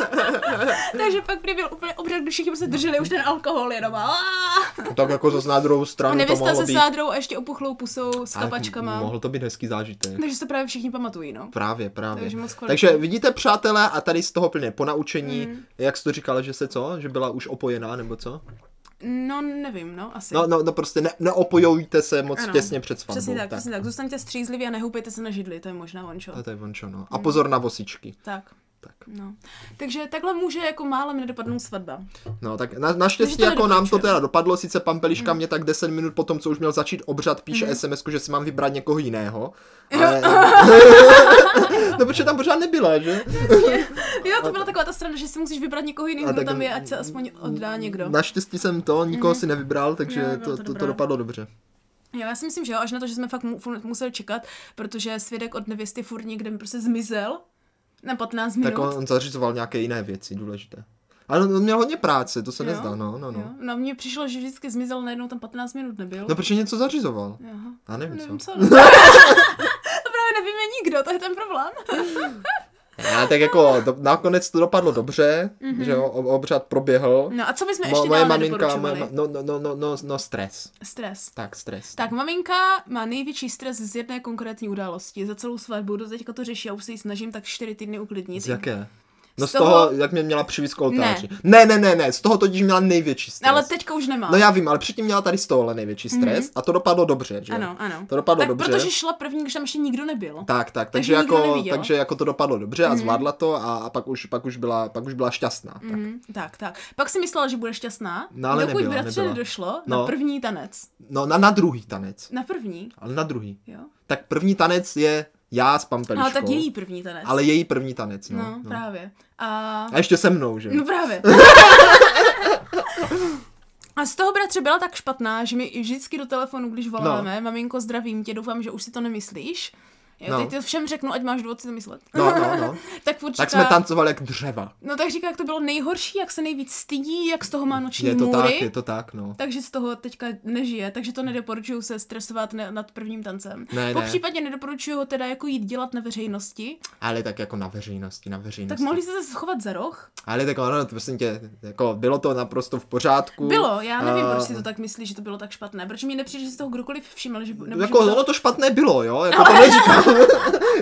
Speaker 2: Takže pak prý byl úplně obřad, když všichni prostě drželi už ten alkohol jenom. a-
Speaker 1: Tak jako zase na druhou
Speaker 2: A
Speaker 1: stranu to
Speaker 2: nevěsta
Speaker 1: mohlo
Speaker 2: se
Speaker 1: být.
Speaker 2: sádrou a ještě opuchlou pusou s
Speaker 1: Ale
Speaker 2: kapačkama.
Speaker 1: Mohl to být hezký zážitek.
Speaker 2: Takže se právě všichni pamatují, no.
Speaker 1: Právě, právě.
Speaker 2: Takže moc kvalitní. Hmm.
Speaker 1: Takže vidíte, přátelé, a tady z toho plně ponaučení, jak jsi to říkala, že se co? Že byla už opojená, nebo co?
Speaker 2: No, nevím, no, asi.
Speaker 1: No, no, no prostě ne, neopojujte se moc
Speaker 2: Ano.
Speaker 1: těsně před svatbou.
Speaker 2: Přesně tak, přesně tak. Zůstaňte střízliví a nehoupejte se na židli, to je možná ončo.
Speaker 1: A to je vončo, no.
Speaker 2: Hmm.
Speaker 1: A pozor na vosičky.
Speaker 2: Tak.
Speaker 1: Tak.
Speaker 2: No. Takže takhle může jako málem nedopadnout svatba.
Speaker 1: No, tak na, naštěstí
Speaker 2: Takže to Hmm.
Speaker 1: jako nám to
Speaker 2: nedoporučujeme.
Speaker 1: teda dopadlo, sice pan Peliška mě tak 10 minut po tom, co už měl začít obřad, píše
Speaker 2: Hmm.
Speaker 1: SMS, že si mám vybrat někoho jiného. Ale... no, protože tam pořád nebyla, že?
Speaker 2: Jo, to byla taková ta strana, že si musíš vybrat někoho jiného,
Speaker 1: A
Speaker 2: kdo
Speaker 1: tak-
Speaker 2: tam je, ať se aspoň oddá někdo.
Speaker 1: Naštěstí jsem to, nikoho si nevybral, takže
Speaker 2: Hmm. Jo,
Speaker 1: to,
Speaker 2: bylo to
Speaker 1: to, to
Speaker 2: dobré.
Speaker 1: dopadlo dobře.
Speaker 2: Jo, já si myslím, že jo, až na to, že jsme fakt mu, furt museli čekat, protože svědek od nevěsty furt někde prostě zmizel na 15 minut.
Speaker 1: Tak on, on zařizoval nějaké jiné věci důležité. Ale on, on měl hodně práce, to se
Speaker 2: Jo,
Speaker 1: nezdá, no, no,
Speaker 2: Jo,
Speaker 1: no.
Speaker 2: no mně přišlo, že vždycky zmizel, najednou tam 15 minut nebyl.
Speaker 1: No, protože něco zařizoval.
Speaker 2: Aha.
Speaker 1: Já nevím,
Speaker 2: Nevím
Speaker 1: co.
Speaker 2: co. no. to právě nevíme nikdo, to je ten problém.
Speaker 1: Já, tak jako do, nakonec to dopadlo dobře, že jo, ob- obřad proběhl.
Speaker 2: Mhm. No a co bychom
Speaker 1: Mo-
Speaker 2: ještě
Speaker 1: moje
Speaker 2: dál
Speaker 1: maminka, moje,
Speaker 2: nedoporučovali?
Speaker 1: ma- no, no, no, no, no, no, stres.
Speaker 2: Stres.
Speaker 1: Tak, stres.
Speaker 2: Tak maminka má největší stres z jedné konkrétní události. Za celou svatbu, do teďka to řeší, já už se jí snažím tak čtyři týdny uklidnit.
Speaker 1: Z jaké? No z
Speaker 2: Z
Speaker 1: toho,
Speaker 2: toho-
Speaker 1: jak mě měla přivít k oltáři. Ne. ne, ne, ne, z toho totiž měla největší stres.
Speaker 2: Ale teďka už nemá.
Speaker 1: No já vím, ale předtím měla tady z tohohle největší stres mm-hmm. a to dopadlo dobře, že? jo?
Speaker 2: Ano, ano.
Speaker 1: To dopadlo
Speaker 2: tak
Speaker 1: dobře.
Speaker 2: protože šla první, když tam ještě nikdo nebyl.
Speaker 1: Tak, tak, takže,
Speaker 2: Takže nikdo
Speaker 1: jako,
Speaker 2: neviděl.
Speaker 1: takže jako to dopadlo dobře a zvládla to a, a pak, už, pak, už byla, pak už byla šťastná. Tak.
Speaker 2: Mhm, tak, tak. Pak si myslela, že bude šťastná,
Speaker 1: No, ale
Speaker 2: dokud
Speaker 1: nebyla,
Speaker 2: bratře
Speaker 1: nebyla.
Speaker 2: nedošlo
Speaker 1: No.
Speaker 2: na první tanec.
Speaker 1: No na, na druhý tanec,
Speaker 2: Na první,
Speaker 1: ale na druhý.
Speaker 2: jo.
Speaker 1: Tak první tanec je já s pampeliškou.
Speaker 2: Ale tak její první tanec.
Speaker 1: Ale její první tanec, no.
Speaker 2: no, no, právě. A...
Speaker 1: A ještě se mnou, že?
Speaker 2: No právě. A z toho bratře byla tak špatná, že mi i vždycky do telefonu, když
Speaker 1: No.
Speaker 2: voláme, maminko, zdravím tě, doufám, že už si to nemyslíš. Jo,
Speaker 1: No.
Speaker 2: no. Teď to všem řeknu, ať máš důvod si to myslet.
Speaker 1: No, no, no.
Speaker 2: tak furt
Speaker 1: Tak
Speaker 2: říká,
Speaker 1: jsme tancovali jak dřeva.
Speaker 2: No tak říká, jak to bylo nejhorší, jak se nejvíc stydí, jak z toho má noční
Speaker 1: Je to
Speaker 2: můry.
Speaker 1: tak, je to tak, no.
Speaker 2: takže z toho teďka nežije, takže to nedoporučuju se stresovat ne- nad prvním tancem.
Speaker 1: Hmm. Ne, ne.
Speaker 2: po případě nedoporučuju ho teda jako jít dělat na veřejnosti.
Speaker 1: Ale tak jako na veřejnosti, na
Speaker 2: Tak
Speaker 1: veřejnosti.
Speaker 2: mohli jste se schovat za roh?
Speaker 1: Ale tak ono, to prosím tě, jako bylo to naprosto v pořádku.
Speaker 2: Bylo, já nevím,
Speaker 1: A-
Speaker 2: proč si to tak myslí, že to bylo tak špatné. Proč mi nepřijde, že si toho kdokoliv všiml, že nebo
Speaker 1: Jako
Speaker 2: že to...
Speaker 1: ono to špatné bylo, jo, jako to neříkám,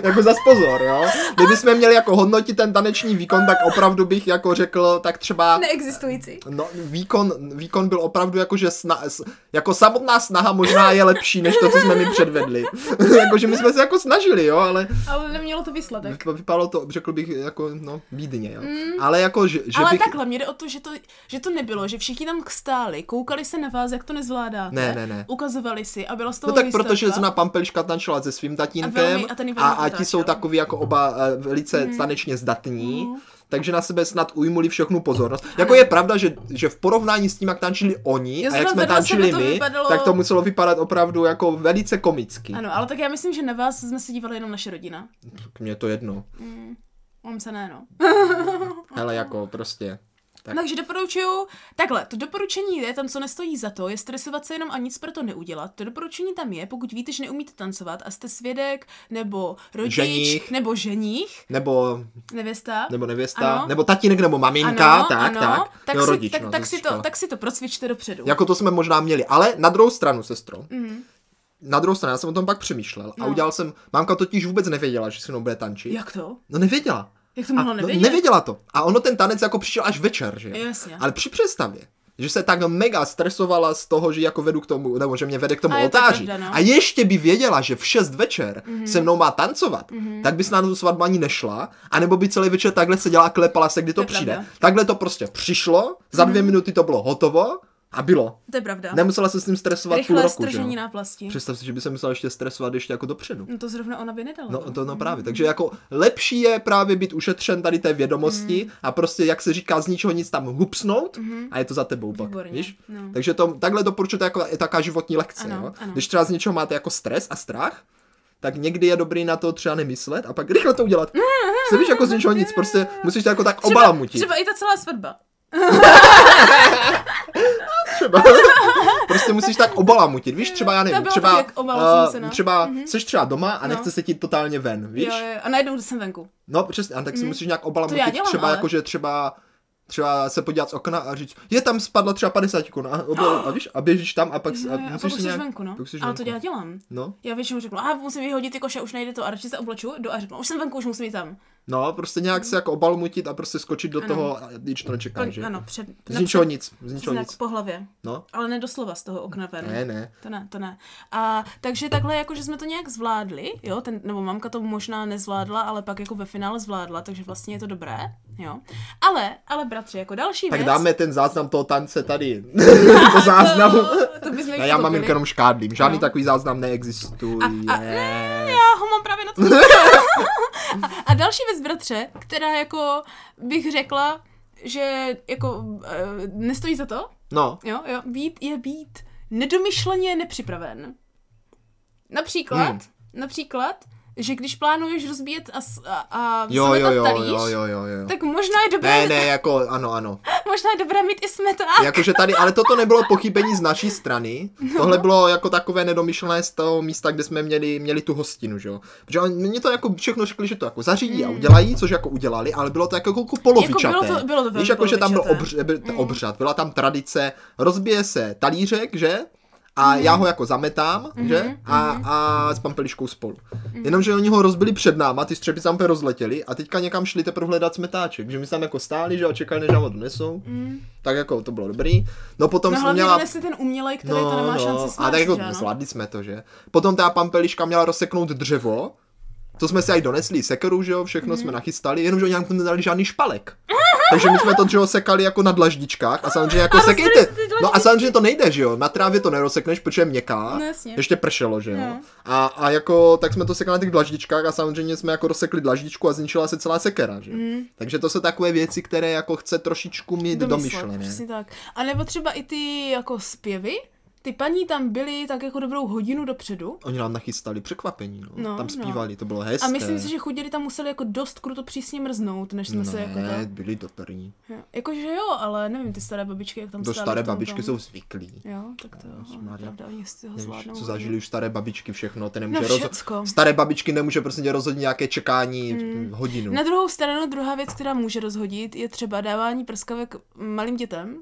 Speaker 1: jako zas pozor, jo. Kdyby jsme měli jako hodnotit ten taneční výkon, tak opravdu bych jako řekl, tak třeba...
Speaker 2: neexistující.
Speaker 1: No, výkon, výkon byl opravdu jako, že sna, s- jako samotná snaha možná je lepší, než to, co jsme mi předvedli. Jakože my jsme se jako snažili, jo, ale
Speaker 2: Ale nemělo to výsledek.
Speaker 1: vypa- vypadalo to, řekl bych, jako, no, bídně, jo. Ale jako, že, že
Speaker 2: Mm. Ale
Speaker 1: bych...
Speaker 2: takhle, mě jde o to že, to, že to nebylo, že všichni tam stáli, koukali se na vás, jak to nezvládáte.
Speaker 1: Ne, ne, ne.
Speaker 2: Ukazovali si a bylo z toho
Speaker 1: No tak
Speaker 2: výstavka.
Speaker 1: protože zrovna Pampeliška tančila se svým tatínkem
Speaker 2: A velmi- a ten ji velmi
Speaker 1: a, a ti
Speaker 2: otáčel.
Speaker 1: jsou takový jako oba eh, velice
Speaker 2: Mhm.
Speaker 1: tanečně zdatní, takže na sebe snad ujmuli všechnu pozornost. Jako je pravda, že, že v porovnání s tím, jak tančili oni
Speaker 2: Jo,
Speaker 1: a jak
Speaker 2: zrovna
Speaker 1: jsme
Speaker 2: vedle
Speaker 1: tančili
Speaker 2: sebe to
Speaker 1: my,
Speaker 2: vypadalo-
Speaker 1: tak to muselo vypadat opravdu jako velice komicky.
Speaker 2: Ano, ale tak já myslím, že na vás jsme se dívali jenom naše rodina.
Speaker 1: K Mně je to jedno.
Speaker 2: Mám se ne, no.
Speaker 1: Hele, jako prostě. Tak.
Speaker 2: Takže doporučuju, takhle, to doporučení je tam, co nestojí za to, je stresovat se jenom a nic pro to neudělat. To doporučení tam je, pokud víte, že neumíte tancovat a jste svědek, nebo rodič,
Speaker 1: Ženích.
Speaker 2: nebo ženích,
Speaker 1: Nebo,
Speaker 2: nevěsta.
Speaker 1: nebo nevěsta,
Speaker 2: Ano.
Speaker 1: nebo tatínek, nebo maminka, tak, tak.
Speaker 2: tak,
Speaker 1: jo,
Speaker 2: si,
Speaker 1: rodič,
Speaker 2: tak,
Speaker 1: no,
Speaker 2: tak,
Speaker 1: to
Speaker 2: si
Speaker 1: říkala.
Speaker 2: to, tak si to procvičte dopředu. Mhm.
Speaker 1: Jako to jsme možná měli, ale na druhou stranu, sestro. Mm. Na druhou stranu, já jsem o tom pak přemýšlel a
Speaker 2: No.
Speaker 1: udělal jsem, mámka totiž vůbec nevěděla, že se mnou bude tančit.
Speaker 2: Jak to?
Speaker 1: No nevěděla.
Speaker 2: Jak to
Speaker 1: A,
Speaker 2: mohla
Speaker 1: no,
Speaker 2: nevědět?
Speaker 1: nevěděla to. A ono ten tanec jako přišel až večer, že? jo?
Speaker 2: Jasně.
Speaker 1: Ale při představě, že se tak mega stresovala z toho, že jako vedu k tomu, nebo že mě vede k tomu
Speaker 2: A je to
Speaker 1: oltáři.
Speaker 2: pravda, no. Mhm.
Speaker 1: A ještě by věděla, že v 6 večer mm-hmm. se mnou má tancovat, mm-hmm. tak bys na tu svatbu ani nešla, anebo by celý večer takhle seděla a klepala se, kdy to,
Speaker 2: To je
Speaker 1: přijde.
Speaker 2: pravda. Mhm.
Speaker 1: Takhle to prostě přišlo, za dvě minuty to bylo hotovo A bylo.
Speaker 2: To je pravda.
Speaker 1: Nemusela se s tím stresovat půl
Speaker 2: Rychlé
Speaker 1: roku, že? jo?
Speaker 2: stržení náplasti.
Speaker 1: Představ si, že by se musela ještě stresovat ještě jako dopředu.
Speaker 2: No to zrovna ona by nedala.
Speaker 1: No, to no právě. Takže jako lepší je právě být ušetřen tady té vědomosti
Speaker 2: Hmm.
Speaker 1: a prostě, jak se říká, z ničeho nic tam hupsnout a je to za tebou pak.
Speaker 2: Mhm. Výborně,
Speaker 1: Víš?
Speaker 2: no.
Speaker 1: Takže to, takhle doporučuji, to je jako, je taká životní lekce.
Speaker 2: Ano,
Speaker 1: jo?
Speaker 2: ano.
Speaker 1: Když třeba z něčeho máte jako stres a strach, tak někdy je dobrý na to třeba nemyslet a pak rychle to udělat. Se víš, jako z ničeho nic, prostě musíš to jako tak obalamutit.
Speaker 2: Třeba i ta celá svatba.
Speaker 1: třeba. prostě musíš tak obalamutit, víš, třeba já
Speaker 2: To
Speaker 1: nevím,
Speaker 2: bylo
Speaker 1: třeba,
Speaker 2: taky jak obal, jsem se,
Speaker 1: eh,
Speaker 2: no.
Speaker 1: třeba jsi třeba doma a nechce
Speaker 2: No.
Speaker 1: se ti totálně ven, víš?
Speaker 2: Jo, jo, a najednou jsem venku.
Speaker 1: No přesně, a tak si musíš nějak
Speaker 2: Mhm. To já
Speaker 1: obalamutit
Speaker 2: dělám,
Speaker 1: třeba
Speaker 2: ale.
Speaker 1: jako, že třeba třeba se podívat z okna a říct, je tam spadla třeba 50 kun a, obal, a, víš, a běžíš tam a pak,
Speaker 2: Jo,
Speaker 1: a
Speaker 2: jo, a pak
Speaker 1: musíš
Speaker 2: už
Speaker 1: si
Speaker 2: jsi
Speaker 1: nějak,
Speaker 2: venku, no.
Speaker 1: pak jsi
Speaker 2: Ale
Speaker 1: venku.
Speaker 2: to já dělám.
Speaker 1: No,
Speaker 2: Já většinou řeknu, a musím vyhodit ty koše, už nejde to, a radši se obleču do a řeknu, už jsem venku, už musím jít tam.
Speaker 1: no, prostě nějak se jako obalamutit a prostě skočit do
Speaker 2: Ano.
Speaker 1: toho, a když to nečekáš,
Speaker 2: Pak,
Speaker 1: že?
Speaker 2: ano, před,
Speaker 1: Z ničeho nic, z ničeho
Speaker 2: znak
Speaker 1: nic,
Speaker 2: po hlavě.
Speaker 1: no,
Speaker 2: Ale ne doslova z toho okna ven.
Speaker 1: ne, ne,
Speaker 2: To ne, to ne. A, takže takhle, jako, že jsme to nějak zvládli, jo, ten, nebo mamka to možná nezvládla, ale pak jako ve finále zvládla, takže vlastně je to dobré, jo. Ale, ale bratře, jako další
Speaker 1: tak
Speaker 2: věc...
Speaker 1: dáme ten záznam toho tance tady, do záznamu.
Speaker 2: To, to bychom
Speaker 1: Ne, já mám
Speaker 2: koupili.
Speaker 1: jim jenom škádlím, žádný
Speaker 2: No.
Speaker 1: takový záznam neexistuje.
Speaker 2: A, a, ne, já ho mám právě na to. a, a další věc, bratře, která jako bych řekla, že jako eh, nestojí za to,
Speaker 1: No,
Speaker 2: jo, jo, být je být nedomyšleně nepřipraven. Například,
Speaker 1: Hmm.
Speaker 2: například, že když plánuješ rozbíjet a, s- a, a
Speaker 1: jo, jo,
Speaker 2: smetat
Speaker 1: jo,
Speaker 2: talíř,
Speaker 1: jo, jo, jo, jo.
Speaker 2: tak možná je dobré,
Speaker 1: Ne, ne, jako, ano, ano.
Speaker 2: možná je dobré mít i smeta.
Speaker 1: Jakože tady, ale toto nebylo pochybení z naší strany. Tohle bylo jako takové nedomyšlené z toho místa, kde jsme měli, měli tu hostinu, že jo. Protože oni mě to jako všechno řekli, že to jako zařídí a udělají, což jako udělali, ale bylo to jako, jako polovičaté.
Speaker 2: Jako bylo to- bylo to velmi
Speaker 1: Víš, jako, že tam byl
Speaker 2: polovičaté.
Speaker 1: obř, byl t- obřad, byla tam tradice, rozbije se talířek, že? A
Speaker 2: Hmm.
Speaker 1: já ho jako zametám, že? A, a s pampeliškou spolu.
Speaker 2: Hmm.
Speaker 1: Jenomže oni ho rozbili před náma, ty střepy tam úplně rozletěly a teďka někam šli teprve hledat smetáček. Že my jsme tam jako stáli, že jo, a čekali, než nám ho donesou. Tak jako to bylo dobrý. No potom
Speaker 2: Hmm. No
Speaker 1: jsem
Speaker 2: hlavně
Speaker 1: měla...
Speaker 2: měla... nesli ten umělej, který to nemá šanci smést,
Speaker 1: No, A tak jako
Speaker 2: že ano?
Speaker 1: zvládli jsme to, že? Potom ta pampeliška měla rozseknout dřevo, to jsme si aj donesli sekeru, že jo, všechno
Speaker 2: Mhm.
Speaker 1: jsme nachystali, jenomže oni nám tam nedali žádný špalek. Takže my jsme to dřevo sekali jako na dlaždičkách a samozřejmě jako
Speaker 2: A rozbili
Speaker 1: sekejte.
Speaker 2: jste ty dlaždičky.
Speaker 1: No a samozřejmě to nejde, že jo, na trávě to nerosekneš, protože je měkká,
Speaker 2: No jasně.
Speaker 1: ještě pršelo, že jo.
Speaker 2: No.
Speaker 1: A, a jako tak jsme to sekali na těch dlaždičkách a samozřejmě jsme jako rozsekli dlaždičku a zničila se celá sekera, že jo.
Speaker 2: Mhm.
Speaker 1: Takže to jsou takové věci, které jako chce trošičku mít domyšlené.
Speaker 2: Přesně tak. A nebo třeba i ty jako zpěvy, ty paní tam byly tak jako dobrou hodinu dopředu.
Speaker 1: Oni nám nachystali překvapení, no.
Speaker 2: No,
Speaker 1: tam
Speaker 2: no.
Speaker 1: zpívali, to bylo hezké.
Speaker 2: A myslím si, že chuděli tam museli jako dost kruto přísně mrznout, než jsme
Speaker 1: No, ne,
Speaker 2: se jako to...
Speaker 1: byli dotrní.
Speaker 2: Jo. Jakože jo, ale nevím, ty staré babičky, jak tam
Speaker 1: Do
Speaker 2: stály
Speaker 1: staré
Speaker 2: v tom
Speaker 1: babičky
Speaker 2: tom.
Speaker 1: jsou zvyklí.
Speaker 2: Jo, tak to jo,
Speaker 1: Ježišmarja.
Speaker 2: pravda, oni si ho
Speaker 1: Nevíš,
Speaker 2: zvládnou.
Speaker 1: co zažili už staré babičky všechno, ty
Speaker 2: No
Speaker 1: nemůže
Speaker 2: všecko.
Speaker 1: Staré babičky nemůže prostě tě rozhodně nějaké čekání hodinu.
Speaker 2: Mm. Na druhou stranu, druhá věc, která může rozhodit, je třeba dávání prskavek malým dětem.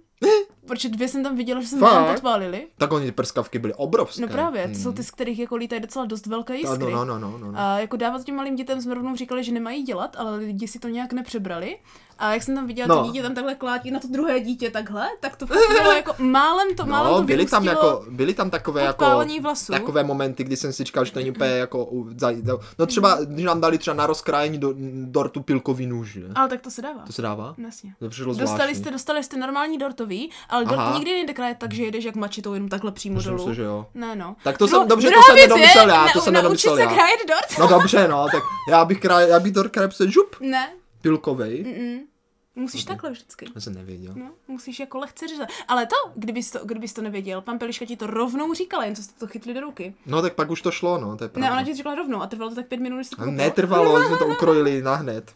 Speaker 2: Protože dvě jsem tam viděla, že jsem
Speaker 1: Fakt?
Speaker 2: tam podpálili.
Speaker 1: Tak oni ty prskavky byly obrovské.
Speaker 2: No právě, to jsou
Speaker 1: Mm.
Speaker 2: ty, z kterých jako lítají docela dost velké
Speaker 1: Ta-
Speaker 2: jiskry.
Speaker 1: No, no, no, no, no.
Speaker 2: A jako dávat těm malým dětem jsme rovnou říkali, že nemají dělat, ale lidi si to nějak nepřebrali. A jak jsem tam viděla,
Speaker 1: No.
Speaker 2: no. to dítě tam takhle klátí na to druhé dítě takhle, tak to fakt bylo jako málem to, málem
Speaker 1: No,
Speaker 2: to
Speaker 1: byly tam,
Speaker 2: vyústilo-
Speaker 1: jako, byly tam takové jako,
Speaker 2: podpálení vlasů.
Speaker 1: takové momenty, kdy jsem si říkal, že to není úplně jako, u- za- no třeba,
Speaker 2: Mm.
Speaker 1: když nám dali třeba na rozkrájení do, dortu pilkový nůž, že?
Speaker 2: Ale tak to se dává.
Speaker 1: To se dává?
Speaker 2: No Jasně.
Speaker 1: To přišlo
Speaker 2: Dostali
Speaker 1: zvláštní.
Speaker 2: jste, dostali jste normální dortový, ale dort
Speaker 1: Aha.
Speaker 2: nikdy nejde krajet tak, že jedeš jak mačitou jenom takhle přímo
Speaker 1: Myslím
Speaker 2: dolů.
Speaker 1: si, že jo.
Speaker 2: Ne, no.
Speaker 1: Tak to
Speaker 2: Dru-
Speaker 1: jsem- dobře, to
Speaker 2: druhá
Speaker 1: jsem
Speaker 2: věc je
Speaker 1: nedomyslel já, to
Speaker 2: nau-
Speaker 1: jsem
Speaker 2: naučit
Speaker 1: nedomyslel já.
Speaker 2: se krajet dort?
Speaker 1: No dobře, no, tak já bych kraj, já bych Dorka napsal žup,
Speaker 2: Ne,
Speaker 1: pilkovej.
Speaker 2: musíš takhle vždycky.
Speaker 1: Já jsem nevěděl.
Speaker 2: No, musíš jako lehce řezat. Ale to, kdybys to, kdybys to nevěděl, pan Peliška ti to rovnou říkala, jen co jste to chytli do ruky.
Speaker 1: No tak pak už to šlo, no, to je
Speaker 2: Ne,
Speaker 1: pravda.
Speaker 2: ona ti to řekla rovnou a trvalo to tak pět minut, než jsi to
Speaker 1: A
Speaker 2: koupil.
Speaker 1: Netrvalo, jsme to ukrojili nahned.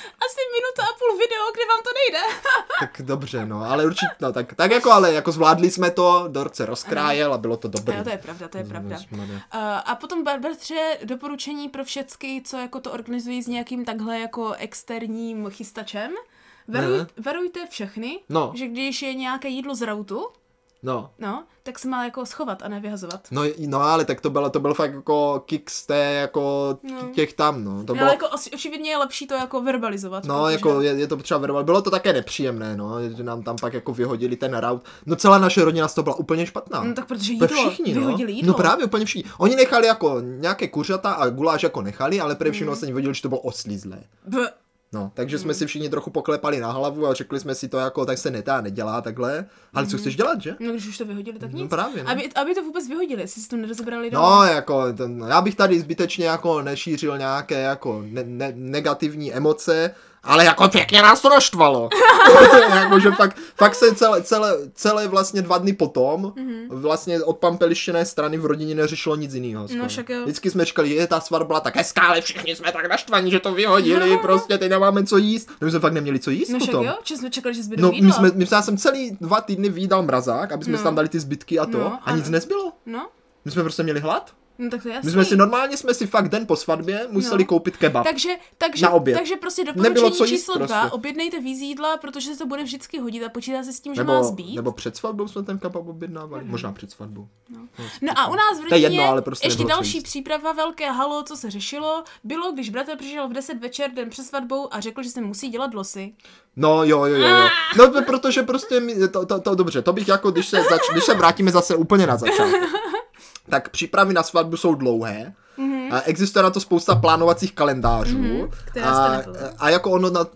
Speaker 2: Asi minuta a půl video, kde vám to nejde.
Speaker 1: Tak dobře, no, ale určitě, no, tak, tak jako, ale jako zvládli jsme to, Dork se rozkrájel a bylo to dobré.
Speaker 2: Jo, to je pravda, to je pravda.
Speaker 1: Ježišmarja.
Speaker 2: Uh, a potom, ba- bratře, doporučení pro všecky, co jako to organizují s nějakým takhle jako externím chystačem. Varuj,
Speaker 1: Ne.
Speaker 2: varujte všechny,
Speaker 1: No.
Speaker 2: že když je nějaké jídlo z rautu,
Speaker 1: No,
Speaker 2: no, tak se má jako schovat a nevyhazovat.
Speaker 1: no, no, ale tak to bylo, to byl fakt jako kick z té, jako
Speaker 2: No.
Speaker 1: těch tam, no, to
Speaker 2: No,
Speaker 1: bylo,
Speaker 2: ale jako osi- očividně je lepší to jako verbalizovat.
Speaker 1: No,
Speaker 2: protože-
Speaker 1: jako je, je to potřeba verbal. Bylo to také nepříjemné, no, že nám tam pak jako vyhodili ten raut. No celá naše rodina z toho byla úplně špatná.
Speaker 2: No tak protože
Speaker 1: Úplně
Speaker 2: jídlo,
Speaker 1: všichni, no.
Speaker 2: vyhodili jídlo.
Speaker 1: no právě úplně všichni. Oni
Speaker 2: Mhm.
Speaker 1: vlastně nechali jako nějaké kuřata a guláš jako nechali, ale prvě všechno se vyhodili, že to bylo oslízlé.
Speaker 2: B,
Speaker 1: No, takže
Speaker 2: Mhm.
Speaker 1: jsme si všichni trochu poklepali na hlavu a řekli jsme si to jako, tak se netá, nedělá takhle, ale co chceš dělat, že?
Speaker 2: No, když už to vyhodili, tak
Speaker 1: No
Speaker 2: nic.
Speaker 1: právě, no.
Speaker 2: aby, aby to vůbec vyhodili, jestli si to nerozebrali
Speaker 1: No, jako, ten, já bych tady zbytečně jako nešířil nějaké jako ne, ne, negativní emoce, ale jako pěkně nás to naštvalo. jako, že fakt, fakt se celé, celé, celé vlastně dva dny potom
Speaker 2: Mhm.
Speaker 1: vlastně od pampelištěné strany v rodině neřešilo nic jiného. skoro.
Speaker 2: No, však jo.
Speaker 1: Vždycky jsme říkali, je, ta svar byla tak hezká, ale všichni jsme tak naštvaní, že to vyhodili, prostě teď nemáme co jíst. No, my jsme fakt neměli co jíst
Speaker 2: No však
Speaker 1: potom.
Speaker 2: jo, že jsme čekali, že zbyde
Speaker 1: No, my
Speaker 2: jídla.
Speaker 1: jsme, my jsme, já jsem celý dva týdny výdal mrazák, aby jsme
Speaker 2: No.
Speaker 1: si tam dali ty zbytky a to,
Speaker 2: No,
Speaker 1: a nic
Speaker 2: ano.
Speaker 1: nezbylo.
Speaker 2: No,
Speaker 1: My jsme prostě měli hlad.
Speaker 2: no tak to je jasný.
Speaker 1: My jsme si normálně jsme si fakt den po svatbě museli
Speaker 2: No.
Speaker 1: koupit kebab.
Speaker 2: Takže, takže,
Speaker 1: Na oběd.
Speaker 2: takže prostě
Speaker 1: Nebylo
Speaker 2: doporučení
Speaker 1: co jíst
Speaker 2: číslo
Speaker 1: prostě.
Speaker 2: dva, objednejte víc jídla, protože se to bude vždycky hodit a počítá se s tím, že má
Speaker 1: nebo,
Speaker 2: zbýt.
Speaker 1: nebo před svatbou jsme ten kebab objednávali.
Speaker 2: Mhm.
Speaker 1: Možná před svatbou.
Speaker 2: No a u nás v
Speaker 1: To je
Speaker 2: rodině
Speaker 1: jedno, ale prostě
Speaker 2: ještě
Speaker 1: nebylo co
Speaker 2: další
Speaker 1: jíst.
Speaker 2: příprava velké halo, co se řešilo, bylo, když bratr přišel v 10 večer den před svatbou a řekl, že se musí dělat losy.
Speaker 1: No jo, jo, jo. jo.
Speaker 2: Ah!
Speaker 1: No to- protože prostě, my, to, to, to dobře, to bych jako, když se, zač, když se vrátíme zase úplně na začátek. Tak přípravy na svatbu jsou dlouhé.
Speaker 2: Mhm.
Speaker 1: Mm-hmm. A existuje na to spousta plánovacích kalendářů. Mm-hmm,
Speaker 2: která Mhm, jste
Speaker 1: a,
Speaker 2: nebyla.
Speaker 1: a jako ono, na,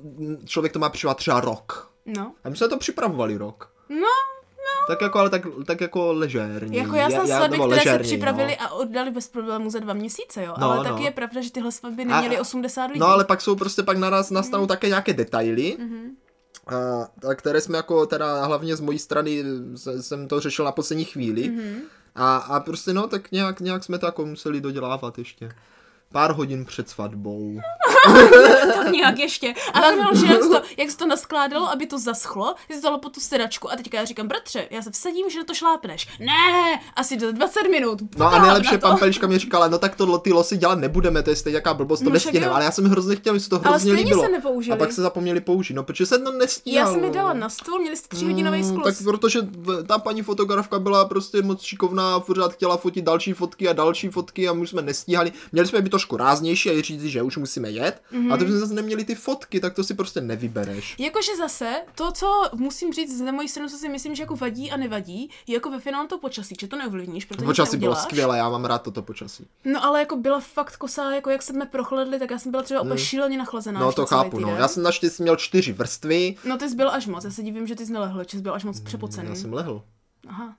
Speaker 1: člověk to má připravovat třeba rok.
Speaker 2: No.
Speaker 1: A my jsme to připravovali rok.
Speaker 2: No,
Speaker 1: Tak jako, ale tak, tak jako ležérní.
Speaker 2: jako já jsem svatby,
Speaker 1: nebo no.
Speaker 2: které se
Speaker 1: ležérní,
Speaker 2: připravili a oddali bez problémů za dva měsíce, jo.
Speaker 1: No,
Speaker 2: ale taky
Speaker 1: no.
Speaker 2: je pravda, že tyhle svatby
Speaker 1: A-
Speaker 2: neměly 80 lidí.
Speaker 1: No ale pak jsou prostě, pak naraz nastanou také nějaké detaily,
Speaker 2: Mhm.
Speaker 1: a, a které jsme jako teda hlavně z mojí strany se- jsem to řešil na poslední chvíli.
Speaker 2: Mhm.
Speaker 1: A, a prostě no, tak nějak, nějak jsme to jako museli dodělávat ještě. Pár hodin před svatbou.
Speaker 2: tak nějak ještě. A pak bylo, že jak se, to, jak se to naskládalo, aby to zaschlo, že se to dalo po tu sedačku. A teďka já říkám, bratře, já se vsadím, že na to šlápneš. Ne, asi do 20 minut.
Speaker 1: No a
Speaker 2: Pám
Speaker 1: nejlepší
Speaker 2: na to.
Speaker 1: pan Peliška mi říkala, no tak tohle ty losy dělat nebudeme, to je stejně jaká blbost, to
Speaker 2: No,
Speaker 1: no,
Speaker 2: však
Speaker 1: nestihnem.
Speaker 2: jo.
Speaker 1: Ale já jsem hrozně chtěl, mi se to
Speaker 2: Ale
Speaker 1: hrozně
Speaker 2: stejně
Speaker 1: líbilo.
Speaker 2: se nepoužili.
Speaker 1: A pak se zapomněli použít, no protože se to nestíhalo. no.
Speaker 2: Já jsem je dala na stůl, měli jste tříhodinový
Speaker 1: Mm,
Speaker 2: sklus.
Speaker 1: tak protože v- ta paní fotografka byla prostě moc šikovná a pořád chtěla fotit další fotky a další fotky a my už jsme nestíhali. Měli jsme být trošku ráznější a jí říct, že už musíme jet. Mm-hmm. A to jsme zase neměli ty fotky, tak to si prostě nevybereš.
Speaker 2: Jakože zase, to, co musím říct z mojí strany, co si myslím, že jako vadí a nevadí, je jako ve finále to počasí, že to neovlivníš, protože
Speaker 1: Počasí
Speaker 2: nic
Speaker 1: bylo
Speaker 2: neuděláš.
Speaker 1: skvělé, já mám rád toto počasí.
Speaker 2: No ale jako byla fakt kosá, jako jak jsme prochladli, tak já jsem byla třeba úplně šíleně nachlazená.
Speaker 1: No
Speaker 2: až
Speaker 1: to
Speaker 2: na celý
Speaker 1: chápu, no.
Speaker 2: týden.
Speaker 1: Já jsem naštěstí měl čtyři vrstvy,
Speaker 2: No ty jsi byl až moc, já se divím, že ty jsi nelehl, že jsi byl až moc přepocený.
Speaker 1: Mm, já jsem lehl.
Speaker 2: Aha.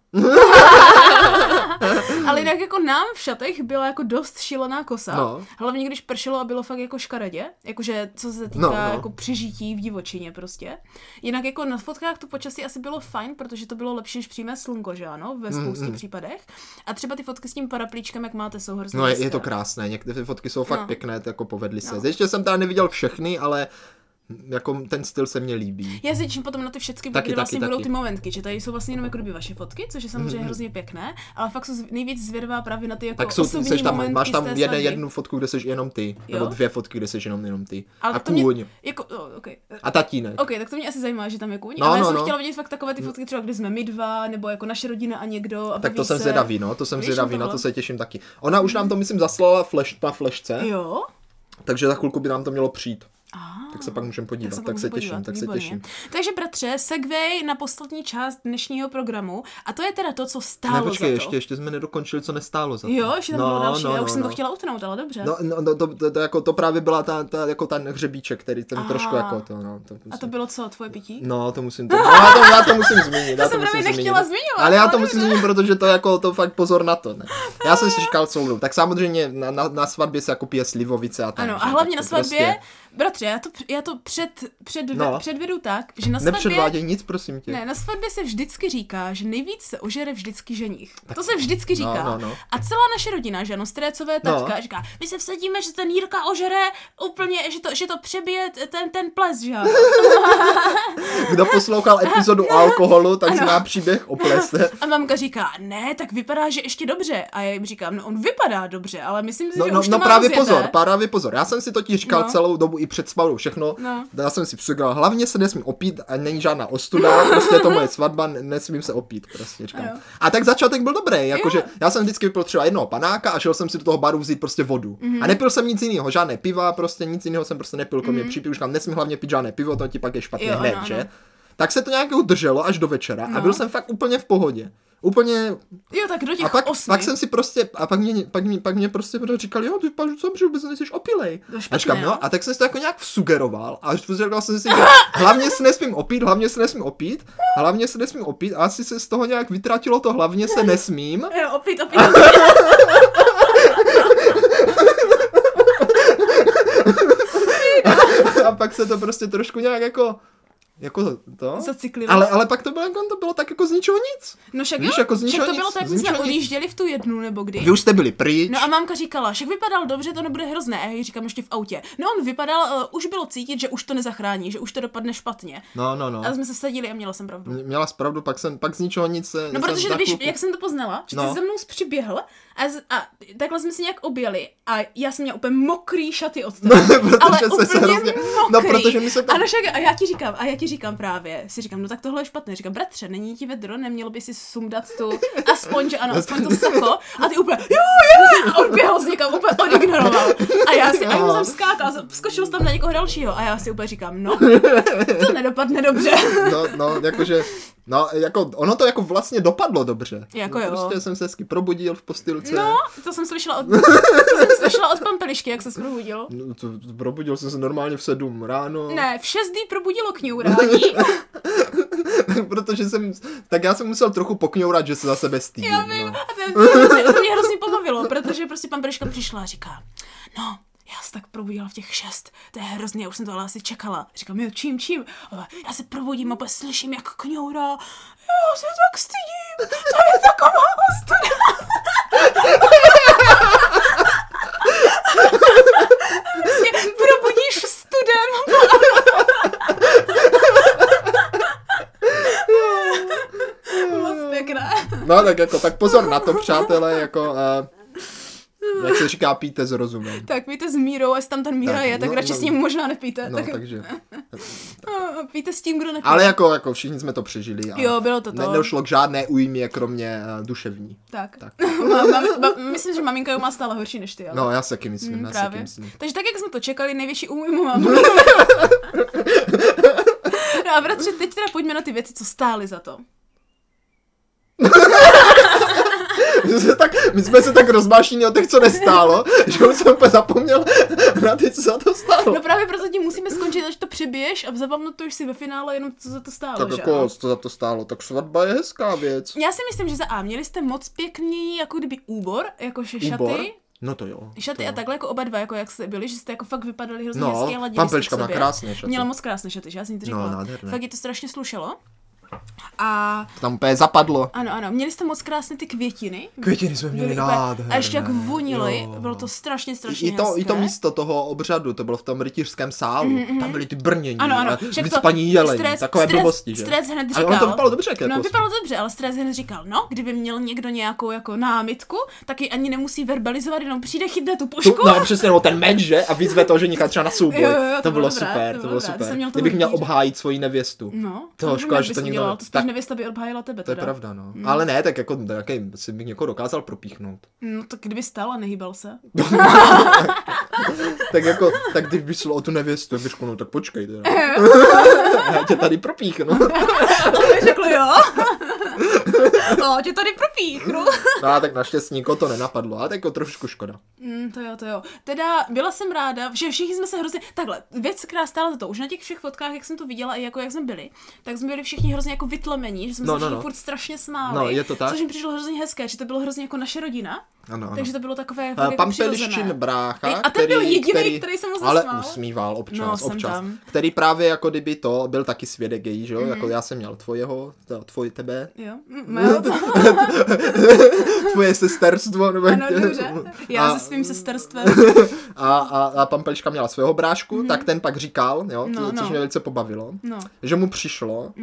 Speaker 2: Ale jinak jako nám v šatech byla jako dost šílená kosa.
Speaker 1: No.
Speaker 2: Hlavně když pršelo a bylo fakt jako škaredě. Jakože co se týká
Speaker 1: No,
Speaker 2: no,
Speaker 1: no.
Speaker 2: no. jako přežití v divočině prostě. Jinak jako na fotkách to počasí asi bylo fajn, protože to bylo lepší než přímé slunko, že ano? Ve
Speaker 1: Mm,
Speaker 2: spoustě případech. A třeba ty fotky s tím paraplíčkem, jak máte, jsou hrozně
Speaker 1: No je,
Speaker 2: hezké.
Speaker 1: je to krásné, některé ty fotky jsou fakt
Speaker 2: No.
Speaker 1: pěkné, to jako povedly se. Ještě jsem teda neviděl všechny, ale jako ten styl se mně líbí.
Speaker 2: Já se těším potom na ty všechny,
Speaker 1: Taky,
Speaker 2: taky, kde vlastně
Speaker 1: taky,
Speaker 2: budou
Speaker 1: taky.
Speaker 2: ty momentky, že tady jsou vlastně jenom jako kdyby vaše fotky, což je samozřejmě hrozně pěkné, ale fakt jsou z- nejvíc zvědavá právě na ty jako
Speaker 1: Tak jsou,
Speaker 2: osobní
Speaker 1: seš tam,
Speaker 2: momentky
Speaker 1: máš
Speaker 2: z
Speaker 1: tam
Speaker 2: té
Speaker 1: jedne,
Speaker 2: svatby.
Speaker 1: jednu fotku, kde jsi jenom ty, jo?
Speaker 2: Jo?
Speaker 1: nebo dvě fotky, kde jsi jenom, jenom ty.
Speaker 2: Ale
Speaker 1: a
Speaker 2: to mě-
Speaker 1: kůň.
Speaker 2: Jako, oh, okay.
Speaker 1: A tatínek.
Speaker 2: OK, tak to mě asi zajímá, že tam je kůň,
Speaker 1: No,
Speaker 2: no, ale
Speaker 1: no,
Speaker 2: já jsem
Speaker 1: no.
Speaker 2: chtěla vidět fakt takové ty fotky třeba, kde jsme my dva, nebo jako naše rodina a někdo. A
Speaker 1: Tak to
Speaker 2: baví
Speaker 1: jsem
Speaker 2: se.
Speaker 1: zvědavý, no, to jsem
Speaker 2: Víš,
Speaker 1: zvědavý,
Speaker 2: na
Speaker 1: na to
Speaker 2: tohle.
Speaker 1: se těším taky. Ona už nám to, myslím, zaslala flash, na flešce,
Speaker 2: Jo?
Speaker 1: takže za chvilku by nám to mělo přijít.
Speaker 2: Ah,
Speaker 1: Tak se pak můžeme podívat, tak se,
Speaker 2: pak můžu
Speaker 1: těším,
Speaker 2: podívat,
Speaker 1: tak se
Speaker 2: výborně.
Speaker 1: těším.
Speaker 2: Takže bratře, segway na poslední část dnešního programu a to je teda to, co stálo
Speaker 1: Ne, počkej,
Speaker 2: za to.
Speaker 1: ještě, ještě jsme nedokončili, co nestálo za to.
Speaker 2: Jo, ještě tam
Speaker 1: no,
Speaker 2: bylo další,
Speaker 1: no,
Speaker 2: já už
Speaker 1: no,
Speaker 2: jsem
Speaker 1: no.
Speaker 2: to chtěla utnout, ale dobře.
Speaker 1: No, no, no to, to, to, jako, to právě byla ta, ta, jako ten hřebíček, který ten
Speaker 2: Aha.
Speaker 1: trošku jako to, no. To musím,
Speaker 2: a to bylo co, tvoje pití?
Speaker 1: No, to musím, to, no, já, to, já to musím zmínit.
Speaker 2: To
Speaker 1: já
Speaker 2: jsem
Speaker 1: musím
Speaker 2: právě nechtěla zmiňovat,
Speaker 1: Ale já
Speaker 2: ale
Speaker 1: to musím zmínit, protože to jako, to fakt pozor na to, ne. Já jsem si říkal celou Tak samozřejmě na, na, na svatbě se jako pije slivovice a tak.
Speaker 2: Ano, a
Speaker 1: že? Tak
Speaker 2: hlavně na
Speaker 1: to
Speaker 2: svatbě,
Speaker 1: Prostě,
Speaker 2: bratře, já to, já to před, před,
Speaker 1: No.
Speaker 2: no. předvedu tak, že na svatbě
Speaker 1: nepředváděj nic, prosím tě.
Speaker 2: Ne, na svatbě se vždycky říká, že nejvíc se ožere vždycky ženich. to se vždycky
Speaker 1: no,
Speaker 2: říká.
Speaker 1: no, no.
Speaker 2: A celá naše rodina, že ano, strécové
Speaker 1: No.
Speaker 2: taťka, říká, my se vsadíme, že ten Jirka ožere úplně, že to, že to přebije t- ten, ten ples, že ano.
Speaker 1: Kdo poslouchal epizodu o alkoholu, tak zná příběh o plese.
Speaker 2: A mamka říká, ne, tak vypadá, že ještě dobře. A já jim říkám, no on vypadá dobře, ale myslím si,
Speaker 1: No,
Speaker 2: že
Speaker 1: no,
Speaker 2: už to
Speaker 1: no
Speaker 2: má
Speaker 1: právě
Speaker 2: rozjeté."
Speaker 1: pozor, právě pozor. Já jsem si totiž říkal
Speaker 2: No.
Speaker 1: celou dobu i před svatbou všechno.
Speaker 2: No.
Speaker 1: Já jsem si přigral, hlavně se nesmím opít a není žádná ostuda, prostě je to moje svatba, ne- nesmím se opít, prostě říkám.
Speaker 2: Ano.
Speaker 1: A tak začátek byl dobrý, jakože
Speaker 2: Jo.
Speaker 1: já jsem vždycky vypil třeba jednoho panáka a šel jsem si do toho baru vzít prostě vodu.
Speaker 2: Mhm.
Speaker 1: A nepil jsem nic jiného, žádné piva, prostě nic jiného jsem prostě nepil, kromě mm-hmm. přípivu, říkám, nesmím hlavně pít žádné pivo, to ti pak je špatně
Speaker 2: Mhm. Jo,
Speaker 1: hned,
Speaker 2: ano,
Speaker 1: že?
Speaker 2: ano.
Speaker 1: Tak se to nějak udrželo až do večera a
Speaker 2: No.
Speaker 1: byl jsem fakt úplně v pohodě. Úplně
Speaker 2: Jo, tak do těch
Speaker 1: a pak,
Speaker 2: osmi.
Speaker 1: pak jsem si prostě, a pak mě, pak mě, pak mě prostě říkal, jo, ty pak jsem vůbec nejsi opilej.
Speaker 2: To je špatné,
Speaker 1: A říkám,
Speaker 2: no.
Speaker 1: no, a tak jsem si to jako nějak sugeroval a říkal jsem si, že hlavně se nesmím opít, hlavně se nesmím opít, hlavně se nesmím opít a asi se z toho nějak vytratilo to hlavně se nesmím.
Speaker 2: Jo, opět, opět, opět.
Speaker 1: A pak se to prostě trošku nějak jako, jako to.
Speaker 2: Zaciklilo.
Speaker 1: Ale, ale pak to bylo, jako, to bylo tak jako z ničeho nic.
Speaker 2: No však jo,
Speaker 1: Víš, jako z
Speaker 2: však
Speaker 1: ničeho
Speaker 2: to
Speaker 1: nic,
Speaker 2: bylo tak, jak
Speaker 1: z
Speaker 2: my jsme
Speaker 1: ničeho nic.
Speaker 2: odjížděli v tu jednu nebo kdy.
Speaker 1: Vy už jste byli pryč.
Speaker 2: No a mamka říkala, však vypadal dobře, to nebude hrozné. A já jí říkám ještě v autě. No on vypadal, uh, už bylo cítit, že už to nezachrání, že už to dopadne špatně.
Speaker 1: no, no, no.
Speaker 2: A jsme se vsadili a měla jsem pravdu.
Speaker 1: Mě- Měla zpravdu, pak jsem, pak z ničeho nic se...
Speaker 2: No
Speaker 1: se
Speaker 2: protože
Speaker 1: za
Speaker 2: ty víš,
Speaker 1: chvilku-
Speaker 2: jak jsem to poznala, že ty
Speaker 1: No.
Speaker 2: no. za mnou přiběhl a, z, a takhle jsme se nějak objeli a já jsem měla úplně mokrý šaty od tebe.
Speaker 1: No, protože
Speaker 2: ale
Speaker 1: se
Speaker 2: úplně
Speaker 1: hrozně-
Speaker 2: mokrý.
Speaker 1: no, protože my se pak-
Speaker 2: A, no, však, a já ti říkám, a já ti říkám právě, si říkám, no tak tohle je špatné. Říkám, bratře, není ti vedro, nemělo by si sundat tu, aspoň, že ano, aspoň to soko. A ty úplně, jo, jo, a odběhl z někam, úplně odignoroval. A já si, a já
Speaker 1: Aha.
Speaker 2: jsem skákal, skočil jsem tam na někoho dalšího a já si úplně říkám, no, to nedopadne dobře.
Speaker 1: No, no, jakože, no, jako, ono to jako vlastně dopadlo dobře.
Speaker 2: Jako
Speaker 1: no,
Speaker 2: jo.
Speaker 1: Prostě jsem se hezky probudil v postilce.
Speaker 2: No, to jsem slyšela od, to jsem slyšela od pampelišky, jak se probudil.
Speaker 1: No, to, to probudil jsem se normálně v sedm ráno.
Speaker 2: Ne, v šest dní probudilo kňourání.
Speaker 1: protože jsem, tak já jsem musel trochu pokňourat, že se za sebe stydím.
Speaker 2: Já vím,
Speaker 1: No.
Speaker 2: a to, to, to mě hrozně pobavilo, protože prostě pampeliška přišla a říká, no, já se tak probudila v těch šest, to je hrozně, já už jsem to ale asi čekala. Říkám, jo, čím, čím? A ona, já se probudím a úplně slyším, jak kňourá, já se tak stydím, to je taková ostuda. prostě probudíš studem. Moc pěkné.
Speaker 1: no, tak jako, tak pozor na to, přátelé, jako, uh, jak se říká, píte s rozumem.
Speaker 2: Tak víte s Mírou, a jestli tam ten Míra
Speaker 1: Tak,
Speaker 2: je, tak
Speaker 1: no,
Speaker 2: radši
Speaker 1: no.
Speaker 2: s ním možná nepíte.
Speaker 1: No,
Speaker 2: tak,
Speaker 1: takže,
Speaker 2: tak... Píte s tím, kdo nepíte.
Speaker 1: ale jako, jako všichni jsme to přežili. A
Speaker 2: Jo, bylo to to.
Speaker 1: Ne, nedošlo k žádné újmě, kromě uh, duševní.
Speaker 2: Tak.
Speaker 1: Tak.
Speaker 2: Má- má- má- myslím, že maminka jo má stále horší než ty, ale...
Speaker 1: No, já se taky myslím,
Speaker 2: Mm,
Speaker 1: já se taky
Speaker 2: právě.
Speaker 1: myslím.
Speaker 2: Takže tak, jak jsme to čekali, největší újmu mám. No a bratře, teď teda pojďme na ty věci, co stály za to.
Speaker 1: My jsme, tak, my jsme se tak rozmášili o těch, co nestálo, že už jsem úplně zapomněl na ty, co za to stálo.
Speaker 2: No právě proto ti musíme skončit, až to přibiješ a zapamatuješ si ve finále jenom, co za to stálo,
Speaker 1: Tak
Speaker 2: že
Speaker 1: jako,
Speaker 2: ano?
Speaker 1: co za to stálo, tak svatba je hezká věc.
Speaker 2: Já si myslím, že za A měli jste moc pěkný, jako kdyby úbor, jakože šaty.
Speaker 1: Úbor? No to jo.
Speaker 2: Šaty
Speaker 1: to
Speaker 2: a
Speaker 1: jo.
Speaker 2: takhle jako oba dva, jako jak jste byli, že jste jako fakt vypadali hrozně
Speaker 1: No,
Speaker 2: hezky a ladili
Speaker 1: Pampeliška
Speaker 2: jste k
Speaker 1: má
Speaker 2: sobě.
Speaker 1: krásné šaty.
Speaker 2: Měla moc krásné šaty, že já jsem jí to
Speaker 1: No,
Speaker 2: říkala.
Speaker 1: nádherné.
Speaker 2: fakt jí to strašně slušelo. A
Speaker 1: Tam úplně zapadlo.
Speaker 2: ano, ano, měli jste moc krásné ty květiny.
Speaker 1: Květiny jsme měli
Speaker 2: Byly úplně-
Speaker 1: nádherné.
Speaker 2: A ještě jak vonily,
Speaker 1: jo.
Speaker 2: bylo to strašně, strašně
Speaker 1: I to,
Speaker 2: hezké.
Speaker 1: I to místo toho obřadu, to bylo v tom rytířském sálu, tam byly ty brnění,
Speaker 2: Mhm, Ano, ano,
Speaker 1: a
Speaker 2: však to-
Speaker 1: vycpaní jelení,
Speaker 2: Stres-
Speaker 1: takové
Speaker 2: Stres-
Speaker 1: blbosti, že?
Speaker 2: Stres hned
Speaker 1: Ale
Speaker 2: říkal.
Speaker 1: ono to vypadalo dobře, jako
Speaker 2: No,
Speaker 1: jako-
Speaker 2: vypadalo dobře, ale Stres hned říkal, no, kdyby měl někdo nějakou jako námitku, tak ji ani nemusí verbalizovat, jenom přijde, chytne
Speaker 1: Tu,
Speaker 2: tu pušku.
Speaker 1: no přesně, nebo ten meč, že? A vyzve toho ženicha třeba na souboj.
Speaker 2: Jo, jo, jo,
Speaker 1: to,
Speaker 2: to
Speaker 1: bylo,
Speaker 2: bylo dobré,
Speaker 1: super,
Speaker 2: to
Speaker 1: to bylo
Speaker 2: bylo dobré, to
Speaker 1: super.
Speaker 2: jsem měl to
Speaker 1: Kdybych měl
Speaker 2: hodit.
Speaker 1: obhájit svoji nevěstu.
Speaker 2: No,
Speaker 1: To
Speaker 2: nevím,
Speaker 1: škoda,
Speaker 2: jak
Speaker 1: že
Speaker 2: bys
Speaker 1: to nikdo-
Speaker 2: udělal, To spíš
Speaker 1: tak-
Speaker 2: nevěsta by obhájila tebe.
Speaker 1: To je
Speaker 2: teda. Hmm.
Speaker 1: pravda, no. Ale ne, tak jako jaký, si bych někoho dokázal propíchnout.
Speaker 2: No tak kdyby stál a nehýbal se.
Speaker 1: Tak jako, tak když by šlo o tu nevěstu, tak bych řekl, no tak počkej teda. Já tě tady propíchnu.
Speaker 2: To mi řekl jo. no, tě tady propíchnu.
Speaker 1: No a tak naštěstí nikoho to nenapadlo, ale tak jako trošku škoda.
Speaker 2: Mm, to jo, to jo. Teda byla jsem ráda, že všichni jsme se hrozně. Takhle, věc, která stála za to, už na těch všech fotkách, jak jsem to viděla i jako jak jsme byli, tak jsme byli všichni hrozně jako vytlemení, že jsme
Speaker 1: No,
Speaker 2: no,
Speaker 1: no,
Speaker 2: se všichni
Speaker 1: no.
Speaker 2: furt strašně smáli.
Speaker 1: No, je to tak.
Speaker 2: Což mi přišlo hrozně hezké, že to bylo hrozně jako naše rodina,
Speaker 1: Ano, ano.
Speaker 2: takže to bylo takové. fakt
Speaker 1: Eh,
Speaker 2: jako
Speaker 1: Pan
Speaker 2: přirozené.
Speaker 1: Peliščin brácha,
Speaker 2: A ten
Speaker 1: který,
Speaker 2: byl jediný, který se mu
Speaker 1: Ale
Speaker 2: zasmál.
Speaker 1: usmíval
Speaker 2: No,
Speaker 1: občas,
Speaker 2: jsem
Speaker 1: občas.
Speaker 2: tam. Mhm.
Speaker 1: Který právě jako kdyby to, byl taky svědek její, že jo? Jako já jsem měl tvojeho, to- tvoj tebe,
Speaker 2: Jo, mm, mého,
Speaker 1: tvoje sesterstvo. Nebo
Speaker 2: ano, dobře. Já
Speaker 1: a,
Speaker 2: se svým sesterstvem.
Speaker 1: a, a, a pan Peliška měla svého brášku, tak ten pak říkal, jo,
Speaker 2: Mhm. No,
Speaker 1: což
Speaker 2: no. Mhm.
Speaker 1: mě velice pobavilo.
Speaker 2: No.
Speaker 1: Že mu přišlo,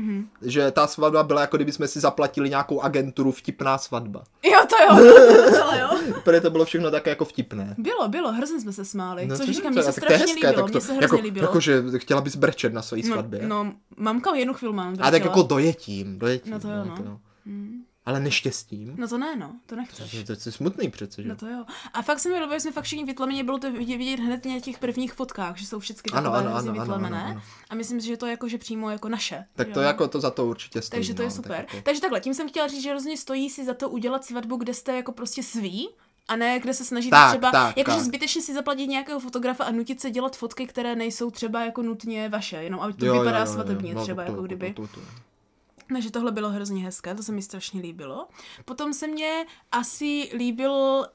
Speaker 1: že ta svatba byla jako kdyby jsme si zaplatili nějakou agenturu vtipná svatba.
Speaker 2: Jo, to jo, to je docela jo.
Speaker 1: Protože to bylo všechno také jako vtipné.
Speaker 2: Bylo, bylo, hrozně jsme se smáli. No, což
Speaker 1: to-
Speaker 2: říkám,
Speaker 1: to-
Speaker 2: mně se
Speaker 1: tak to je
Speaker 2: strašně
Speaker 1: hezké,
Speaker 2: líbilo,
Speaker 1: tak
Speaker 2: mně
Speaker 1: to-
Speaker 2: se hrozně
Speaker 1: jako,
Speaker 2: líbilo.
Speaker 1: Jakože chtěla bys brečet na své svatbě.
Speaker 2: no, no, mamka jednu chvíli mám.
Speaker 1: A tak
Speaker 2: brečela.
Speaker 1: jako dojetím, dojetím.
Speaker 2: No to jo, no.
Speaker 1: jo.
Speaker 2: Mm.
Speaker 1: ale neštěstím.
Speaker 2: No to ne, no, to nechceš.
Speaker 1: To, to, to je smutný přece, že?
Speaker 2: No to jo. A fakt se mi líbilo, že jsme fakt všichni vytlemeni, bylo to vidět, vidět hrozně na těch prvních fotkách, že jsou všechny
Speaker 1: Ano,
Speaker 2: takové
Speaker 1: ano,
Speaker 2: hrozně
Speaker 1: ano, ano, ano,
Speaker 2: vytlemené.
Speaker 1: ano.
Speaker 2: A myslím si, že to je jako, že přímo jako naše.
Speaker 1: Tak to
Speaker 2: jo.
Speaker 1: jako to za to určitě stojí.
Speaker 2: Takže to je
Speaker 1: no, tak
Speaker 2: super.
Speaker 1: jako-
Speaker 2: Takže takhle, tím jsem chtěla říct, že hrozně stojí si za to udělat svatbu, kde jste jako prostě svý, a ne kde se snažíte
Speaker 1: Tak,
Speaker 2: třeba,
Speaker 1: tak,
Speaker 2: jakože
Speaker 1: tak.
Speaker 2: zbytečně si zaplatit nějakého fotografa a nutit se dělat fotky, které nejsou třeba jako nutně vaše, jenom aby to
Speaker 1: Jo, jo,
Speaker 2: vypadá
Speaker 1: jo, jo,
Speaker 2: svatebně
Speaker 1: no,
Speaker 2: třeba,
Speaker 1: to,
Speaker 2: jako
Speaker 1: to,
Speaker 2: kdyby.
Speaker 1: To, to, to.
Speaker 2: Takže tohle bylo hrozně hezké, to se mi strašně líbilo. Potom se mně asi líbil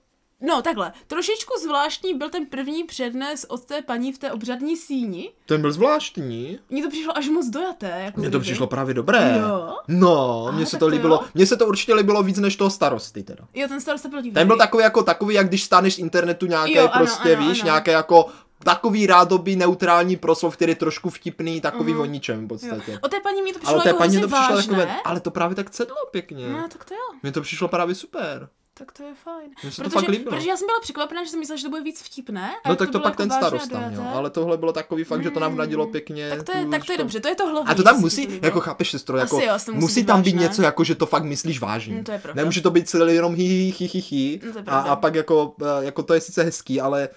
Speaker 2: No takhle, trošičku zvláštní byl ten první přednes od té paní v té obřadní síni.
Speaker 1: Ten byl zvláštní.
Speaker 2: Mně to přišlo až moc dojaté. Jako
Speaker 1: Mně to
Speaker 2: kdyby.
Speaker 1: přišlo právě dobré.
Speaker 2: Jo.
Speaker 1: No,
Speaker 2: Aha,
Speaker 1: mně se
Speaker 2: tak
Speaker 1: to
Speaker 2: to
Speaker 1: líbilo.
Speaker 2: jo.
Speaker 1: Mně se to určitě líbilo víc než toho starosty teda.
Speaker 2: Jo, ten starosta byl divný.
Speaker 1: Ten byl takový jako takový, jak když stáneš z internetu nějaký
Speaker 2: Jo, ano,
Speaker 1: prostě,
Speaker 2: ano,
Speaker 1: víš,
Speaker 2: ano.
Speaker 1: nějaké jako takový rádoby neutrální proslov, který je trošku vtipný, takový mm. o ničem v
Speaker 2: Mhm. Jo.
Speaker 1: podstatě.
Speaker 2: O té paní mi to přišlo
Speaker 1: Ale té
Speaker 2: jako
Speaker 1: paní
Speaker 2: paní
Speaker 1: to přišlo Mm.
Speaker 2: vážné.
Speaker 1: takové, ale to právě tak sedlo pěkně.
Speaker 2: No, tak to jo,
Speaker 1: Mně to přišlo právě super.
Speaker 2: tak to je fajn.
Speaker 1: Mně se to
Speaker 2: protože,
Speaker 1: fakt líbilo.
Speaker 2: protože já jsem byla překvapená, že jsem myslela, že to bude víc vtipné. a
Speaker 1: No
Speaker 2: jak
Speaker 1: tak to,
Speaker 2: bylo
Speaker 1: pak
Speaker 2: jako
Speaker 1: ten
Speaker 2: vážné a
Speaker 1: starost tam, jo.
Speaker 2: dojaté.
Speaker 1: Ale tohle bylo takový fakt, že to nám nadilo pěkně.
Speaker 2: Tak to je,
Speaker 1: tu-
Speaker 2: tak to je
Speaker 1: to-
Speaker 2: dobře, to je to hlavní.
Speaker 1: A to tam
Speaker 2: co se mi
Speaker 1: musí,
Speaker 2: líbilo.
Speaker 1: jako chápeš, sestro, jako
Speaker 2: Asi jo, to musí
Speaker 1: musí
Speaker 2: být
Speaker 1: tam být
Speaker 2: vážné.
Speaker 1: něco, jako že to fakt myslíš vážně.
Speaker 2: Mm, to je pravda.
Speaker 1: Nemůže to být celý jenom hi, hi, hi, hi, hi.
Speaker 2: Mm, to je
Speaker 1: a,
Speaker 2: pravda.
Speaker 1: a pak jako, eh, jako to je sice hezký, ale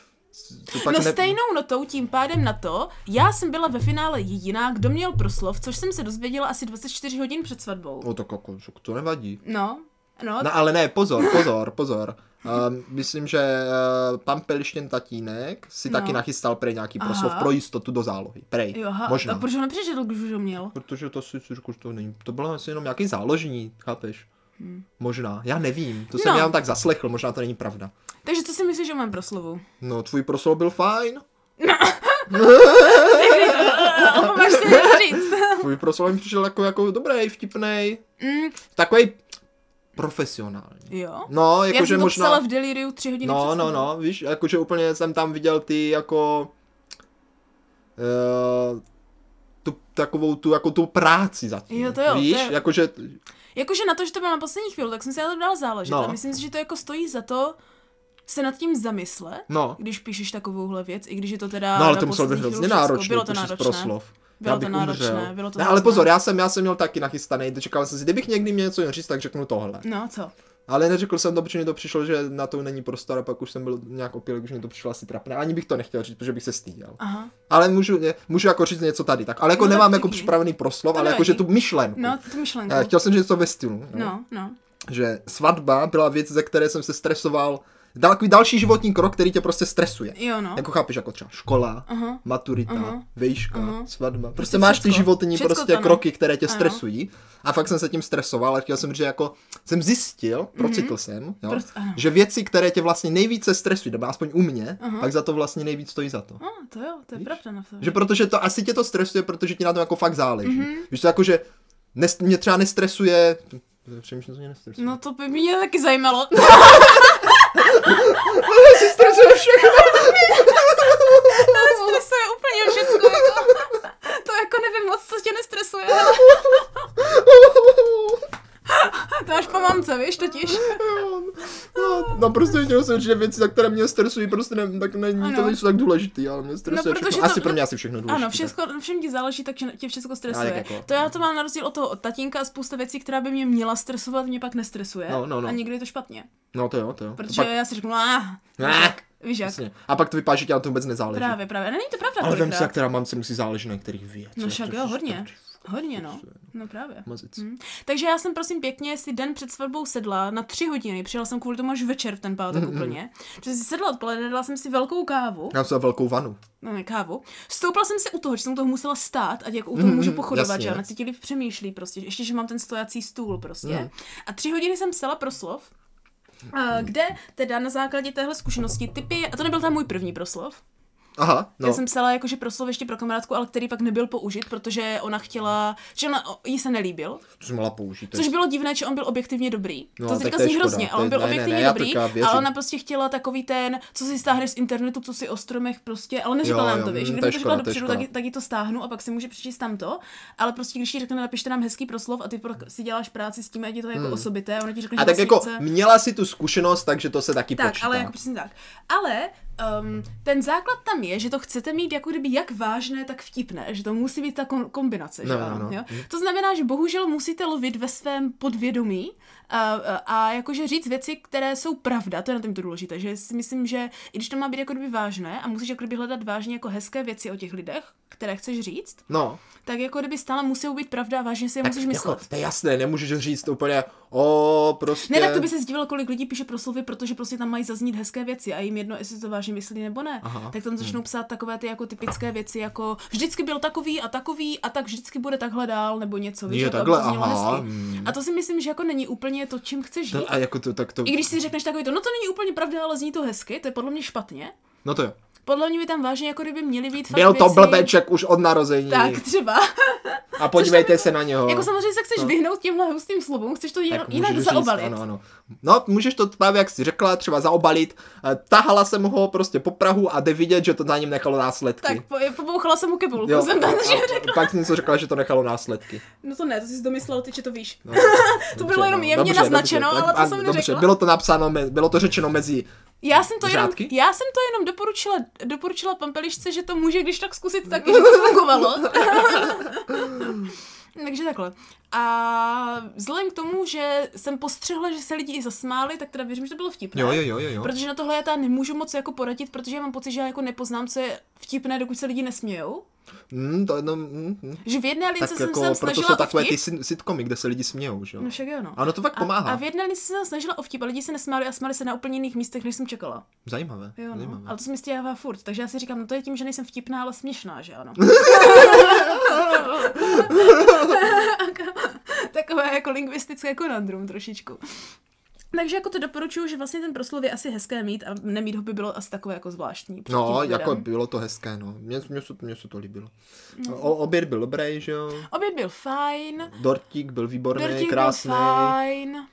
Speaker 1: to pak
Speaker 2: no
Speaker 1: ne...
Speaker 2: stejnou notou tím pádem na to, já jsem byla ve finále jediná, kdo měl proslov, což jsem se dozvěděla asi 24 hodin před svatbou.
Speaker 1: No tak jako, to nevadí.
Speaker 2: No, no,
Speaker 1: No ale ne, pozor, pozor, pozor. Um, myslím, že uh, pan Pelištěn tatínek si
Speaker 2: No.
Speaker 1: taky nachystal prej nějaký proslov
Speaker 2: Aha.
Speaker 1: pro jistotu do zálohy. Prej,
Speaker 2: jo, aha,
Speaker 1: možná.
Speaker 2: tak proč ho nepřečetl, když ho měl?
Speaker 1: Protože to si říkal, že to není. To bylo asi jenom nějaký záložní, chápeš? Možná, já nevím, to jsem
Speaker 2: Hm. No.
Speaker 1: já tak zaslechl, možná to není pravda.
Speaker 2: Takže co si myslíš o mém proslovu?
Speaker 1: No, tvůj proslov byl fajn,
Speaker 2: Ale máš si něco říct.
Speaker 1: tvůj proslov mi přišel jako, jako dobrý, vtipný,
Speaker 2: Mm,
Speaker 1: takový profesionální.
Speaker 2: jo.
Speaker 1: No,
Speaker 2: Já
Speaker 1: jakože
Speaker 2: jsem to
Speaker 1: možná...
Speaker 2: psala v deliriu tři hodiny
Speaker 1: No,
Speaker 2: před
Speaker 1: no,
Speaker 2: svatbou.
Speaker 1: no, víš, jakože úplně jsem tam viděl ty jako uh, tu takovou tu, jako tu práci zatím.
Speaker 2: Jo, to jo, to
Speaker 1: víš,
Speaker 2: je-
Speaker 1: jakože
Speaker 2: Jakože na to, že to bylo na poslední chvíli, tak jsem si na to dala záležet.
Speaker 1: No.
Speaker 2: No. A myslím si, že to jako stojí za to se nad tím zamyslet,
Speaker 1: no.
Speaker 2: když píšeš takovouhle věc, i když je to teda
Speaker 1: No ale
Speaker 2: na
Speaker 1: to muselo být
Speaker 2: poslední
Speaker 1: hrozně
Speaker 2: chvíli všecko.
Speaker 1: náročné,
Speaker 2: Bylo to
Speaker 1: jako šest
Speaker 2: náročné.
Speaker 1: proslov.
Speaker 2: Bylo
Speaker 1: já bych
Speaker 2: to náročné,
Speaker 1: umřel.
Speaker 2: bylo to
Speaker 1: ne, ale pozor,
Speaker 2: náročné.
Speaker 1: já jsem, já jsem měl taky nachystaný, čekal jsem si, kdybych někdy měl něco říct, tak řeknu tohle.
Speaker 2: No co?
Speaker 1: Ale neřekl jsem to, protože mi to přišlo, že na to není prostor a pak už jsem byl nějak opilý, už mi to přišlo asi trapné. Ani bych to nechtěl říct, protože bych se styděl.
Speaker 2: Aha.
Speaker 1: Ale můžu, ne- můžu jako říct něco tady, tak. Ale jako
Speaker 2: No tak
Speaker 1: nemám jako
Speaker 2: řekni.
Speaker 1: připravený proslov,
Speaker 2: To
Speaker 1: ale jako,
Speaker 2: nevadí.
Speaker 1: že tu myšlenku.
Speaker 2: No, tu myšlenku.
Speaker 1: Eh, Chtěl jsem říct to ve stylu.
Speaker 2: No, no.
Speaker 1: Že svatba byla věc, ze které jsem se stresoval. Dal, takový další životní krok, který tě prostě stresuje.
Speaker 2: Jo, no.
Speaker 1: Jako chápeš, jako třeba škola,
Speaker 2: Aha.
Speaker 1: maturita,
Speaker 2: Aha.
Speaker 1: vejška,
Speaker 2: Aha.
Speaker 1: svatba. Prostě máš ty
Speaker 2: všecko.
Speaker 1: životní
Speaker 2: Všecko
Speaker 1: prostě
Speaker 2: tam je.
Speaker 1: kroky, které tě
Speaker 2: Ano.
Speaker 1: stresují. A fakt jsem se tím stresoval a chtěl jsem říct, že jako jsem zjistil, procitl jsem, jo,
Speaker 2: Mhm. Proc- ano.
Speaker 1: že věci, které tě vlastně nejvíce stresují, nebo aspoň u mě,
Speaker 2: Aha.
Speaker 1: tak za to vlastně nejvíc stojí za to.
Speaker 2: No, to jo, to je
Speaker 1: Víš?
Speaker 2: pravda na to.
Speaker 1: Že protože to asi tě to stresuje, protože ti na tom jako fakt záleží.
Speaker 2: Mhm.
Speaker 1: Mm-hmm. Víš, to jako, že nest, mě třeba nestresuje... Přemýšlím, co mě nestresuje.
Speaker 2: No to by mě taky zajímalo.
Speaker 1: si stresuje všechno.
Speaker 2: To stresuje úplně všechno. Jako. To jako nevím moc, co tě nestresuje. hele. To máš po mamce, víš, totiž.
Speaker 1: No, no prostě chtěl jsem říct, že věci, za které mě stresují, prostě ne, tak není
Speaker 2: Ano.
Speaker 1: to nejsou tak důležitý, ale mě stresuje
Speaker 2: No, protože
Speaker 1: všechno.
Speaker 2: to-
Speaker 1: asi pro mě asi všechno důležité.
Speaker 2: Ano, všechno, všem ti záleží, takže tě všechno
Speaker 1: Ale
Speaker 2: stresuje.
Speaker 1: tak jako-
Speaker 2: to já to mám na rozdíl od toho od tatínka a spousta věcí, která by mě měla stresovat, mě pak nestresuje.
Speaker 1: No, no, no.
Speaker 2: A někdy je to špatně.
Speaker 1: No to jo, to jo.
Speaker 2: Protože
Speaker 1: To pak,
Speaker 2: já si řeknu, ah,
Speaker 1: Ah,
Speaker 2: víš jak.
Speaker 1: jasně. A pak to vypadá, že tě na to vůbec nezáleží.
Speaker 2: Právě, právě. A není to pravda
Speaker 1: Ale vem si,
Speaker 2: kolikrát.
Speaker 1: jak teda mám si musí záležet na některých věcech.
Speaker 2: No však
Speaker 1: To prostě-
Speaker 2: jo,
Speaker 1: si-
Speaker 2: hodně.
Speaker 1: to-
Speaker 2: Hodně, no.
Speaker 1: to je-
Speaker 2: No právě.
Speaker 1: Mazic.
Speaker 2: Hm. Takže já jsem prosím pěkně si den před svatbou sedla na tři hodiny, přijela jsem kvůli tomu až večer v ten pátek úplně. Protože si sedla odpoledne, dala jsem si velkou kávu,
Speaker 1: Já jsem za velkou vanu.
Speaker 2: no ne kávu, stoupla jsem si u toho, že jsem u toho musela stát, ať jak u toho můžu
Speaker 1: Mhm,
Speaker 2: pochodovat,
Speaker 1: jasně.
Speaker 2: že já necítili přemýšlí prostě, ještě, že mám ten stojací stůl
Speaker 1: Mhm.
Speaker 2: prostě. A tři hodiny jsem psala proslov, a kde teda na základě téhle zkušenosti typy, a to nebyl ten můj první proslov,
Speaker 1: Aha,
Speaker 2: no.
Speaker 1: no.
Speaker 2: já jsem psala jakože proslov ještě pro kamarádku, ale který pak nebyl použit, protože ona chtěla, že ona, o- jí se nelíbil,
Speaker 1: To jsem mohla použít.
Speaker 2: Což bylo divné, že on byl objektivně dobrý.
Speaker 1: No,
Speaker 2: No,
Speaker 1: tak
Speaker 2: to
Speaker 1: to
Speaker 2: teďka
Speaker 1: je
Speaker 2: zní
Speaker 1: škoda.
Speaker 2: hrozně,
Speaker 1: To
Speaker 2: ale
Speaker 1: je-
Speaker 2: on byl
Speaker 1: ne, ne, ne,
Speaker 2: objektivně
Speaker 1: já
Speaker 2: dobrý,
Speaker 1: teďka věřím.
Speaker 2: ale ona prostě chtěla takový ten, co si stáhneš z internetu, co si o stromech prostě, ale neřekla
Speaker 1: Jo,
Speaker 2: nám
Speaker 1: jo,
Speaker 2: to, víš,
Speaker 1: mm,
Speaker 2: kdyby
Speaker 1: to je
Speaker 2: to
Speaker 1: škoda,
Speaker 2: řekla
Speaker 1: to je
Speaker 2: dopředu,
Speaker 1: škoda.
Speaker 2: tak, ji- tak ji to stáhnu a pak si může přečíst tam to, ale prostě když ti řekne, napište nám hezký proslov a ty pro, si děláš práci s tím, ať je to jako hmm. osobité, a ona ti řekne, že
Speaker 1: A tak
Speaker 2: vlastně
Speaker 1: jako
Speaker 2: chce...
Speaker 1: měla si tu zkušenost, takže to se taky
Speaker 2: Tak,
Speaker 1: počítá.
Speaker 2: ale jako přesně tak. Ale um, ten základ tam je, že to chcete mít jako kdyby jak vážné, tak vtipné, že to musí být ta kom- kombinace. že
Speaker 1: No,
Speaker 2: ano,
Speaker 1: no, no.
Speaker 2: Jo? To znamená, že bohužel musíte lovit ve svém podvědomí A, a- a jakože říct věci, které jsou pravda, to je na tom to důležité, že si myslím, že i když to má být jako kdyby vážné a musíš jako kdyby hledat vážně jako hezké věci o těch lidech, které chceš říct,
Speaker 1: No,
Speaker 2: tak jako kdyby stále musí být pravda a vážně si je musíš myslet.
Speaker 1: Jako, to je jasné, nemůžeš říct úplně, o, prostě...
Speaker 2: Ne, tak to by se zdivilo, kolik lidí píše proslovy, protože prostě tam mají zaznít hezké věci a jim jedno, jestli to vážně myslí nebo ne.
Speaker 1: Aha. hm.
Speaker 2: Tak tam začnou psát takové ty jako typické věci, jako vždycky byl takový a takový a tak vždycky bude takhle dál nebo něco. víš,
Speaker 1: Jo,
Speaker 2: jako,
Speaker 1: takhle,
Speaker 2: aby to znělo
Speaker 1: aha,
Speaker 2: hezky.
Speaker 1: mm.
Speaker 2: A to si myslím, že jako není úplně to, čím chceš žít.
Speaker 1: To, a jako to, tak to...
Speaker 2: I když si řekneš takový to, no to není úplně pravda, ale zní to hezky, to je podle mě špatně.
Speaker 1: No to jo.
Speaker 2: Podle mě by tam vážně jako kdyby měly být fakt
Speaker 1: Byl to
Speaker 2: věci...
Speaker 1: blbeček už od narození.
Speaker 2: Tak třeba.
Speaker 1: a podívejte se na něho.
Speaker 2: Jako samozřejmě se chceš vyhnout těmhle hustým slovům, chceš to jinak,
Speaker 1: tak
Speaker 2: jinak
Speaker 1: můžeš
Speaker 2: zaobalit.
Speaker 1: Říct, ano, ano. No, můžeš to právě, jak jsi řekla, třeba zaobalit. Eh, Tahala jsem ho prostě po Prahu a jde vidět, že to na něm nechalo následky.
Speaker 2: Tak po, pobouchala jsem mu kebulku,
Speaker 1: Jo,
Speaker 2: jsem tam,
Speaker 1: a-
Speaker 2: že
Speaker 1: a-
Speaker 2: řekla.
Speaker 1: Pak jsi něco řekla, že to nechalo následky.
Speaker 2: No to ne, to jsi si domyslel, ty, že to víš.
Speaker 1: No,
Speaker 2: To
Speaker 1: dobře,
Speaker 2: bylo jenom
Speaker 1: no,
Speaker 2: jemně
Speaker 1: dobře,
Speaker 2: naznačeno,
Speaker 1: dobře,
Speaker 2: ale to
Speaker 1: a-
Speaker 2: jsem
Speaker 1: Dobře,
Speaker 2: neřekla.
Speaker 1: bylo to napsáno, me- bylo to řečeno mezi
Speaker 2: Já jsem to jenom,
Speaker 1: Řádky?
Speaker 2: já jsem to jenom doporučila, doporučila pampelišce, že to může když tak zkusit taky, že to fungovalo. Takže takhle. A vzhledem k tomu, že jsem postřehla, že se lidi i zasmáli, tak teda věřím, že to bylo vtipné.
Speaker 1: Jo, jo, jo, jo. jo.
Speaker 2: Protože na tohle já teda nemůžu moc jako poradit, protože já mám pocit, že já jako nepoznám, co je vtipné, dokud se lidi nesmějou.
Speaker 1: Mm, to, no, mm, mm.
Speaker 2: Že v jedné lince
Speaker 1: Tak
Speaker 2: jsem
Speaker 1: jako,
Speaker 2: se
Speaker 1: proto
Speaker 2: snažila
Speaker 1: jsou
Speaker 2: o
Speaker 1: takové ty
Speaker 2: vtip.
Speaker 1: sit- sitcomy, kde se lidi smějou, že jo?
Speaker 2: No však jo, no.
Speaker 1: Ano, to fakt pomáhá.
Speaker 2: A, a v jedné lince jsem se snažila o vtip a lidi se nesmáli a smáli se na úplně jiných místech, než jsem čekala.
Speaker 1: Zajímavé,
Speaker 2: Jo, no.
Speaker 1: zajímavé.
Speaker 2: Ale to se mi stěhává furt, takže já si říkám, no to je tím, že nejsem vtipná, ale směšná, že ano. Takové jako lingvistické konandrum trošičku. Takže jako to doporučuju, že vlastně ten proslov je asi hezké mít a nemít ho by bylo asi takové jako zvláštní. před tím
Speaker 1: No,
Speaker 2: lidem.
Speaker 1: jako bylo to hezké, no. Mně, mně, se, mně se to líbilo.
Speaker 2: No.
Speaker 1: O, oběd byl dobrý, že jo?
Speaker 2: Oběd byl fajn,
Speaker 1: Dortík byl výborný,
Speaker 2: dortík byl
Speaker 1: krásný.
Speaker 2: fajn, uh,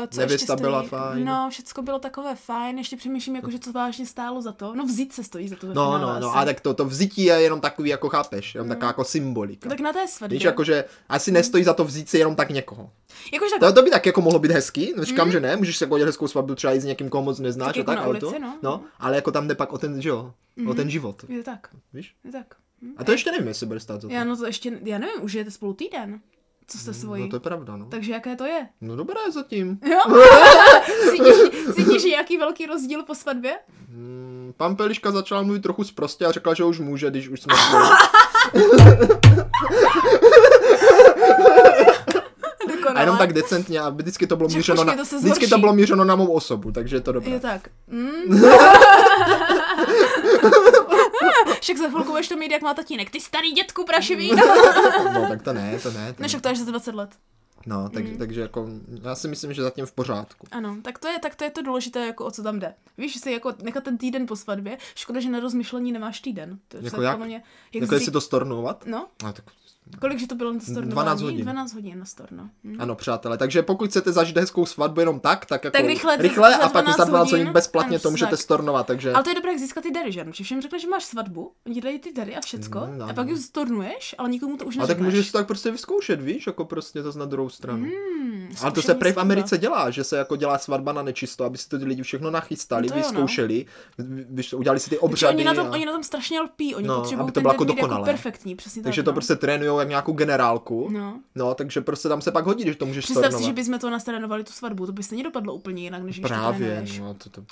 Speaker 2: co ještě
Speaker 1: Nevěsta
Speaker 2: stojí?
Speaker 1: byla fajn.
Speaker 2: No, všecko bylo takové fajn, ještě přemýšlím, jako, že co vážně stálo za to. No vzít se stojí za to ve
Speaker 1: No,
Speaker 2: finále
Speaker 1: no, no,
Speaker 2: asi. Mm.
Speaker 1: a tak to, to vzítí je jenom takový, jako chápeš, jenom taková jako symbolika.
Speaker 2: Tak na té svatbě.
Speaker 1: Víš, jako- jakože
Speaker 2: Mm.
Speaker 1: asi nestojí za to vzít si jenom tak někoho.
Speaker 2: Jakože tak,
Speaker 1: To, to by tak jako mohlo být hezký, říkám, že ne, můžeš se jako udělat hezkou svatbu třeba i s někým, koho moc neznáš
Speaker 2: Tak
Speaker 1: a
Speaker 2: Mm. jako
Speaker 1: tak,
Speaker 2: na
Speaker 1: ale to,
Speaker 2: ulici, no. Mhm.
Speaker 1: no, ale jako tam jde pak o ten, že jo, o ten život,
Speaker 2: je to tak,
Speaker 1: víš?
Speaker 2: je to tak. Hm.
Speaker 1: A to ještě nevím, jestli bude stát za to.
Speaker 2: Já no to ještě, já nevím, už jete spolu týden, co jste svoji.
Speaker 1: No to je pravda, no.
Speaker 2: Takže jaké to je?
Speaker 1: No dobré zatím.
Speaker 2: Jo? cítíš, cítíš nějaký velký rozdíl po svatbě?
Speaker 1: Mm, Pan Peliška začala mluvit trochu zprostě a řekla, že už může, když už jsme spolu.
Speaker 2: Dokonale.
Speaker 1: A jenom tak decentně a vždycky to bylo
Speaker 2: Že
Speaker 1: mířeno
Speaker 2: počkej,
Speaker 1: na,
Speaker 2: to se
Speaker 1: vždycky to
Speaker 2: zhorší.
Speaker 1: bylo mířeno na mou osobu, takže je to dobré.
Speaker 2: Je tak. Mm. však za chvilku budeš to mít, jak má tatínek. Ty starý dětku prašivý.
Speaker 1: No tak to ne, to ne. To
Speaker 2: No
Speaker 1: ne.
Speaker 2: však to Mm. až za 20 let.
Speaker 1: No, tak, takže jako, já si myslím, že zatím v pořádku.
Speaker 2: Ano, tak to je, tak to je to důležité, jako o co tam jde. Víš, že si jako nechat ten týden po svatbě, škoda, že na rozmyšlení nemáš týden. To je
Speaker 1: Jako
Speaker 2: to
Speaker 1: jak?
Speaker 2: podle Mě, jak
Speaker 1: Jako
Speaker 2: jako
Speaker 1: jestli to stornovat?
Speaker 2: No,
Speaker 1: No, tak,
Speaker 2: kolik, že to bylo na to
Speaker 1: 12
Speaker 2: stornování?
Speaker 1: hodin.
Speaker 2: 12 hodin na storno. Hm.
Speaker 1: ano, přátelé, takže pokud chcete zažít hezkou svatbu jenom tak, tak jako
Speaker 2: Tak rychle, za-
Speaker 1: rychle
Speaker 2: za
Speaker 1: a pak
Speaker 2: 12
Speaker 1: za 12 hodin
Speaker 2: hodin,
Speaker 1: bezplatně
Speaker 2: ano,
Speaker 1: to můžete
Speaker 2: tak.
Speaker 1: stornovat, takže...
Speaker 2: Ale to je dobré, jak získat ty dary, že? ano? Protože všem řekneš, že máš svatbu, oni dají ty dary a všecko,
Speaker 1: Mm, ano.
Speaker 2: a pak ji stornuješ, ale nikomu to už
Speaker 1: A
Speaker 2: neřekneš.
Speaker 1: tak můžeš to tak prostě vyzkoušet, víš, jako prostě to na druhou stranu.
Speaker 2: Hmm,
Speaker 1: Ale to se
Speaker 2: zkušení
Speaker 1: prej v
Speaker 2: svatba.
Speaker 1: Americe dělá, že se jako dělá svatba na nečisto, aby si to ty lidi všechno nachystali,
Speaker 2: No to jo, no.
Speaker 1: vyzkoušeli, vy- víš, udělali si ty
Speaker 2: Takže
Speaker 1: obřady.
Speaker 2: oni na, tom,
Speaker 1: a...
Speaker 2: oni na tom strašně lpí, oni
Speaker 1: No,
Speaker 2: potřebují
Speaker 1: aby to
Speaker 2: ten
Speaker 1: bylo
Speaker 2: den
Speaker 1: jako
Speaker 2: mít
Speaker 1: dokonalé.
Speaker 2: Jako perfektní, přesně
Speaker 1: Takže
Speaker 2: tak,
Speaker 1: to
Speaker 2: no.
Speaker 1: prostě trénujou jak nějakou generálku. No.
Speaker 2: No.
Speaker 1: takže prostě tam se pak hodí, když to můžeš
Speaker 2: Představ si,
Speaker 1: stornovat.
Speaker 2: že bychom to nastrénovali tu svatbu, to by stejně dopadlo úplně jinak, než když to
Speaker 1: Právě,
Speaker 2: trénuješ.
Speaker 1: no, to, to...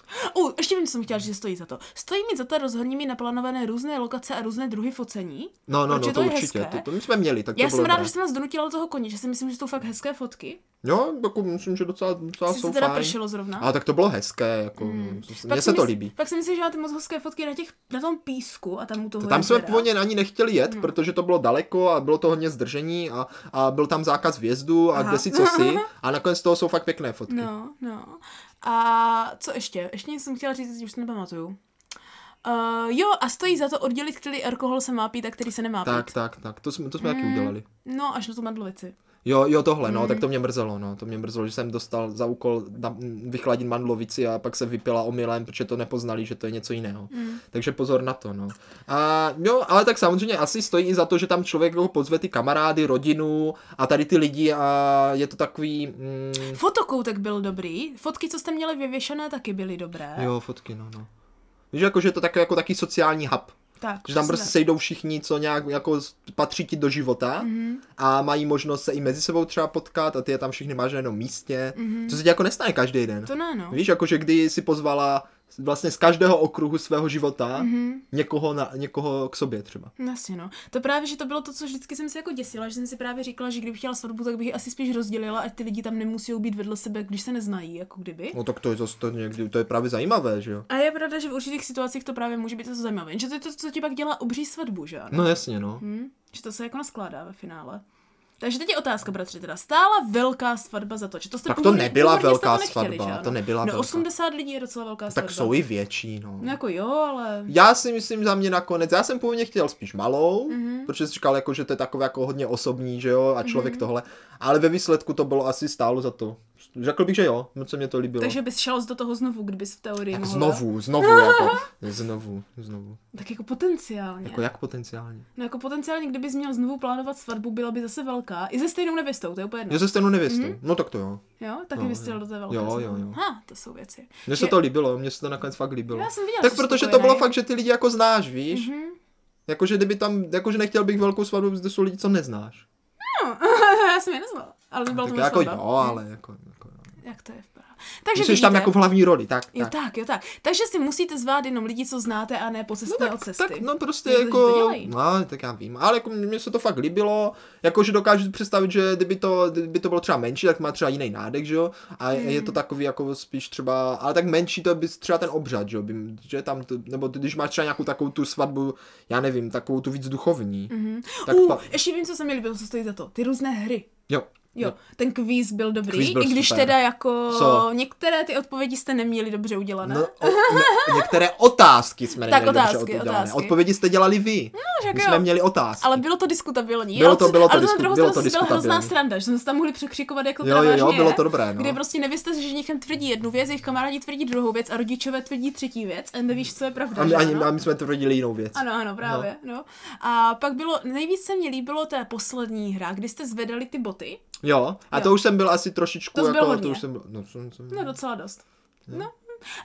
Speaker 2: U, ještě vím, co jsem chtěla, říct, že stojí za to. Stojí mi za to rozhodně mi naplánované různé lokace a různé druhy focení.
Speaker 1: no, no,
Speaker 2: Protože
Speaker 1: no
Speaker 2: to
Speaker 1: to
Speaker 2: je
Speaker 1: určitě,
Speaker 2: hezké.
Speaker 1: to, to my jsme měli, tak
Speaker 2: Já
Speaker 1: to bylo
Speaker 2: jsem ráda,
Speaker 1: dobré.
Speaker 2: že jsem nás donutila do toho koně, že si myslím, že jsou fakt hezké fotky.
Speaker 1: Jo, jako myslím, že docela, docela
Speaker 2: Sice
Speaker 1: jsou
Speaker 2: teda
Speaker 1: fajn.
Speaker 2: pršelo zrovna. Hmm.
Speaker 1: A tak to bylo hezké, jako, mm. mně
Speaker 2: Pak
Speaker 1: se
Speaker 2: si
Speaker 1: to
Speaker 2: mysl-
Speaker 1: líbí.
Speaker 2: Pak si myslím, že máte moc hezké fotky na, těch, na tom písku a tam u toho
Speaker 1: Tam jsme
Speaker 2: jezera.
Speaker 1: původně ani nechtěli jet, hmm. protože to bylo daleko a bylo to hodně zdržení a, a byl tam zákaz vjezdu a
Speaker 2: Aha.
Speaker 1: kde si co si a nakonec z toho jsou fakt pěkné fotky.
Speaker 2: No, no. A co ještě? Ještě něco jsem chtěla říct, už to nepamatuju. Uh, jo, a stojí za to oddělit, který alkohol se má pít a který se nemá
Speaker 1: Tak,
Speaker 2: pít.
Speaker 1: tak, tak, to jsme, to jsme taky udělali.
Speaker 2: No, až na tu mandlovici.
Speaker 1: Jo, jo, tohle, no,
Speaker 2: Hmm.
Speaker 1: tak to mě mrzelo, no, to mě mrzelo, že jsem dostal za úkol na, m, vychladit mandlovici a pak se vypila omylem, protože to nepoznali, že to je něco jiného.
Speaker 2: Hmm.
Speaker 1: Mm. Takže pozor na to, no. A jo, ale tak samozřejmě asi stojí i za to, že tam člověk jako pozve ty kamarády, rodinu a tady ty lidi a je to takový... Mm,
Speaker 2: Fotokoutek byl dobrý, fotky, co jste měli vyvěšené, taky byly dobré.
Speaker 1: jo, fotky, no, no. Víš, jako, že je to tak, jako taký sociální hub.
Speaker 2: Tak,
Speaker 1: Že tam
Speaker 2: přesně
Speaker 1: prostě
Speaker 2: tak.
Speaker 1: sejdou všichni, co nějak jako s- patří ti do života mm-hmm. a mají možnost se i mezi sebou třeba potkat a ty je tam všichni máš na jednom místě. Mm-hmm. To se ti jako nestane každý den.
Speaker 2: To ne, no.
Speaker 1: Víš, jakože kdy si pozvala vlastně z každého okruhu svého života mm-hmm. někoho, na, někoho k sobě třeba.
Speaker 2: No Jasně, no. To právě, že to bylo to, co vždycky jsem se jako děsila, že jsem si právě říkala, že kdybych chtěla svatbu, tak bych ji asi spíš rozdělila, ať ty lidi tam nemusí být vedle sebe, když se neznají, jako kdyby.
Speaker 1: No tak to je zase to někdy, to je právě zajímavé, že jo?
Speaker 2: A je pravda, že v určitých situacích to právě může být to zajímavé. Že to je to, co ti pak dělá obří svatbu, že ano?
Speaker 1: No jasně, no.
Speaker 2: Hm? Že to se jako naskládá ve finále. Takže teď je otázka, bratře, teda stála velká svatba za to, že to jste
Speaker 1: Tak to
Speaker 2: původně-
Speaker 1: nebyla
Speaker 2: původně jste
Speaker 1: velká
Speaker 2: nechtěli,
Speaker 1: svatba,
Speaker 2: že ano?
Speaker 1: to nebyla
Speaker 2: No
Speaker 1: velká.
Speaker 2: 80 lidí je docela velká svatba.
Speaker 1: Tak jsou i větší, no.
Speaker 2: No jako jo, ale...
Speaker 1: Já si myslím za mě nakonec, já jsem původně chtěl spíš malou,
Speaker 2: Mhm.
Speaker 1: mm-hmm. protože jsi říkal jako, že to je takové jako hodně osobní, že jo, a člověk mm-hmm. tohle, ale ve výsledku to bylo asi stálo za to. Řekl bych, že jo, moc se mě to líbilo.
Speaker 2: Takže bys šel do toho znovu, kdybys v teorii
Speaker 1: tak
Speaker 2: mohl.
Speaker 1: znovu, znovu, jako, znovu, znovu.
Speaker 2: Tak jako potenciálně.
Speaker 1: Jako jak potenciálně?
Speaker 2: No jako potenciálně, kdybys měl znovu plánovat svatbu, byla by zase velká. I se stejnou nevěstou, to je úplně jedno.
Speaker 1: Jo, se stejnou nevěstou.
Speaker 2: Mhm.
Speaker 1: Mm-hmm. No tak to jo.
Speaker 2: Jo, tak
Speaker 1: Jo,
Speaker 2: no, bys
Speaker 1: jo.
Speaker 2: chtěl do té velké.
Speaker 1: Jo,
Speaker 2: svatby.
Speaker 1: jo, jo.
Speaker 2: Ha, to jsou věci.
Speaker 1: Mně se
Speaker 2: Že-
Speaker 1: to líbilo, mně se to nakonec fakt líbilo.
Speaker 2: Já jsem viděla,
Speaker 1: tak
Speaker 2: že jsi
Speaker 1: protože to
Speaker 2: spokojený.
Speaker 1: bylo fakt, že ty lidi jako znáš, víš?
Speaker 2: Mhm.
Speaker 1: Jakože kdyby tam, jakože nechtěl bych velkou svatbu, kde jsou lidi, co neznáš.
Speaker 2: Já jsem je neznala, ale by byla to
Speaker 1: tak
Speaker 2: moje
Speaker 1: jako
Speaker 2: svatba.
Speaker 1: jo, ale jako, jako jo.
Speaker 2: Jak to je vypadá. Takže
Speaker 1: Jsi tam
Speaker 2: vidíte.
Speaker 1: jako v hlavní roli, tak.
Speaker 2: Jo
Speaker 1: tak.
Speaker 2: tak, jo tak. Takže si musíte zvát jenom lidi, co znáte a ne pocestné no, od cesty.
Speaker 1: Tak no prostě
Speaker 2: Někdo, že to
Speaker 1: jako,
Speaker 2: dělají.
Speaker 1: no tak já vím, ale jako mně se to fakt líbilo, jakože dokážu si představit, že kdyby to, kdyby to bylo třeba menší, tak má třeba jiný nádech, že jo, a hmm. je to takový jako spíš třeba, ale tak menší to by třeba ten obřad, že jo, by, že tam, to, nebo ty, když máš třeba nějakou takovou tu svatbu, já nevím, takovou tu víc duchovní, mm-hmm. tak
Speaker 2: uh,
Speaker 1: pa,
Speaker 2: ještě vím, co se mi líbilo, co stojí za to. Ty různé hry.
Speaker 1: jo,
Speaker 2: Jo, ten kvíz byl dobrý,
Speaker 1: No. Kvíz byl
Speaker 2: i když
Speaker 1: super.
Speaker 2: teda jako
Speaker 1: Co?
Speaker 2: některé ty odpovědi jste neměli dobře udělané.
Speaker 1: No, o, ne, některé otázky jsme
Speaker 2: Tak
Speaker 1: neměli dobře
Speaker 2: otázky,
Speaker 1: odpovědělané.
Speaker 2: otázky.
Speaker 1: Odpovědi jste dělali vy.
Speaker 2: že
Speaker 1: My
Speaker 2: jo.
Speaker 1: jsme měli otázky.
Speaker 2: Ale bylo to diskutabilní.
Speaker 1: Bylo
Speaker 2: ale
Speaker 1: to-
Speaker 2: co-
Speaker 1: bylo to
Speaker 2: ale
Speaker 1: disku-
Speaker 2: na druhou
Speaker 1: bylo
Speaker 2: stranu
Speaker 1: to
Speaker 2: to byla hrozná
Speaker 1: diskutabilní.
Speaker 2: sranda, že jsme se tam mohli překřikovat, jako jak to
Speaker 1: Jo,
Speaker 2: teda
Speaker 1: jo,
Speaker 2: vážně
Speaker 1: jo, bylo
Speaker 2: je,
Speaker 1: to dobré, no.
Speaker 2: Kde prostě nevěste, že někam tvrdí jednu věc, jejich kamarádi tvrdí druhou věc a rodičové tvrdí třetí věc a nevíš, co je pravda.
Speaker 1: a, my,
Speaker 2: že
Speaker 1: ani,
Speaker 2: ano?
Speaker 1: a my jsme tvrdili jinou věc.
Speaker 2: no. Ano, ano, právě. No. A pak bylo, nejvíc se mně líbilo ta poslední hra, kdy jste zvedali ty boty.
Speaker 1: Jo, a
Speaker 2: Jo.
Speaker 1: to už jsem byl asi trošičku
Speaker 2: To jsi byl
Speaker 1: jako,
Speaker 2: hodně.
Speaker 1: to už jsem byl, no, jsem, jsem,
Speaker 2: No docela dost. No.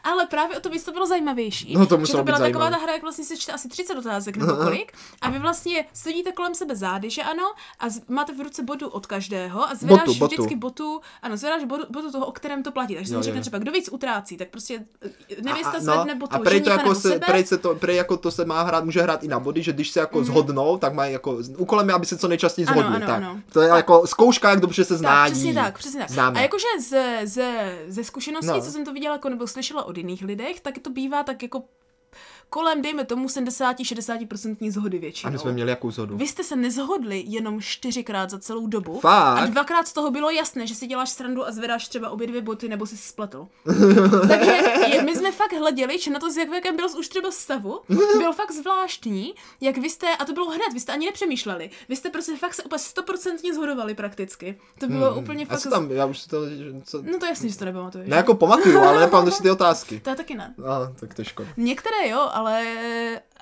Speaker 2: Ale právě o to víc to bylo zajímavější.
Speaker 1: No, to
Speaker 2: že
Speaker 1: muselo
Speaker 2: to
Speaker 1: být
Speaker 2: byla taková
Speaker 1: zajímavé.
Speaker 2: ta hra, jak vlastně se čte asi 30 otázek nebo kolik. A vy vlastně sedíte kolem sebe zády, že ano, a z, máte v ruce bodu od každého a zvedáš
Speaker 1: Botu, botu.
Speaker 2: vždycky botu, ano, zvedáš bodu, botu toho, o kterém to platí. Takže
Speaker 1: Jo,
Speaker 2: jsem
Speaker 1: jo,
Speaker 2: řekne
Speaker 1: jo.
Speaker 2: třeba, kdo víc utrácí, tak prostě eh,
Speaker 1: A-
Speaker 2: nevěsta
Speaker 1: a-
Speaker 2: zvedne botu.
Speaker 1: a prej to
Speaker 2: ženicha
Speaker 1: jako
Speaker 2: nebo
Speaker 1: se,
Speaker 2: sebe. Mhm.
Speaker 1: prej se to, prej jako to se má hrát, může hrát i na body, že když se jako mm-hmm. zhodnou, tak mají jako, úkolem je, aby se co nejčastěji
Speaker 2: Ano,
Speaker 1: zhodli,
Speaker 2: ano,
Speaker 1: tak.
Speaker 2: ano.
Speaker 1: To je jako zkouška, jak dobře se zná.
Speaker 2: Tak, přesně tak, přesně tak.
Speaker 1: Známe.
Speaker 2: A jako- jakože ze, ze, ze zkušeností,
Speaker 1: No.
Speaker 2: no. co jsem to viděla jako, nebo slyšela od jiných lidech, tak to bývá tak jako kolem, dejme tomu, 70-60% zhody
Speaker 1: a
Speaker 2: většinou.
Speaker 1: my jsme měli jakou zhodu.
Speaker 2: Vy jste se nezhodli jenom čtyřikrát za celou dobu.
Speaker 1: Fakt?
Speaker 2: A dvakrát z toho bylo jasné, že si děláš srandu a zvedáš třeba obě dvě boty nebo si spletl. Takže je, my jsme fakt hleděli, že na to, z jak v jakém byl už třeba stavu, byl fakt zvláštní, jak vy jste, a to bylo hned, vy jste ani nepřemýšleli, vy jste prostě fakt se úplně stoprocentně zhodovali prakticky. To bylo úplně
Speaker 1: Hmm, A
Speaker 2: fakt...
Speaker 1: co tam, já už si to, co,
Speaker 2: No to jasně, že to nepamatuješ.
Speaker 1: ne jako pamatuju, ale nepamatuju si ty otázky.
Speaker 2: To já taky ne.
Speaker 1: A, tak to je škoda.
Speaker 2: Některé jo, ale,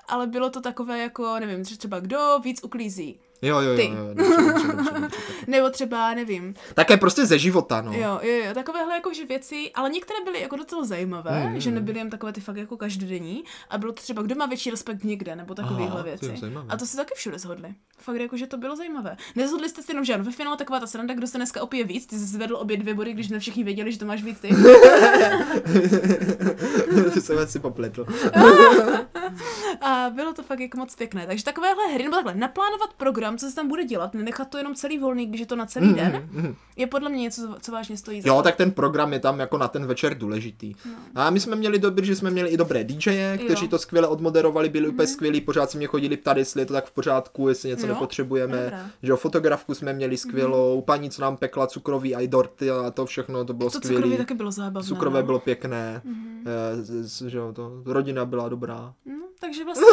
Speaker 2: ale bylo to takové jako, nevím, že třeba kdo víc uklízí.
Speaker 1: Jo, jo, jo,
Speaker 2: Ty.
Speaker 1: jo, dobře, dobře, dobře, dobře, tak.
Speaker 2: Nebo třeba, nevím,
Speaker 1: Také prostě ze života, no.
Speaker 2: Jo, jo, jo, takovéhle jako, že věci, ale některé byly jako docela zajímavé,
Speaker 1: Mm,
Speaker 2: mm,
Speaker 1: mm,
Speaker 2: že nebyly jen takové ty fakt jako každodenní a bylo to třeba, kdo má větší respekt někde, nebo takovéhle
Speaker 1: Aha, to
Speaker 2: věci.
Speaker 1: je zajímavé.
Speaker 2: a to se taky všude shodli. Fakt jako, že to bylo zajímavé. Nezhodli jste se jenom, že ano, ve finále taková ta sranda, kdo se dneska opije víc, ty jsi zvedl obě dvě body, když jsme všichni věděli, že to máš víc ty.
Speaker 1: to jsem asi popletl.
Speaker 2: A bylo to fakt jako moc pěkné. Takže takovéhle hry, nebo takhle, naplánovat program, co se tam bude dělat, nenechat to jenom celý volný, když je to na celý mm, den,
Speaker 1: mm.
Speaker 2: je podle mě něco, co vážně stojí za
Speaker 1: Jo, tak ten program je tam jako na ten večer důležitý. No. A my jsme měli dobrý, že jsme měli i dobré DJe, kteří
Speaker 2: Jo. Mhm.
Speaker 1: to skvěle odmoderovali, byli úplně skvělí, pořád se mě chodili ptát, jestli je to tak v pořádku, jestli něco
Speaker 2: Jo,
Speaker 1: nepotřebujeme.
Speaker 2: dobrá. Mhm.
Speaker 1: Že jo, fotografku jsme měli skvělou, paní, co nám pekla cukroví a i dorty a to všechno, to bylo
Speaker 2: To
Speaker 1: skvělé.
Speaker 2: cukrové taky bylo zábavné.
Speaker 1: Cukrové
Speaker 2: no. Mhm.
Speaker 1: bylo pěkné, eh, z- z- že jo, to, rodina byla dobrá,
Speaker 2: No, takže vlastně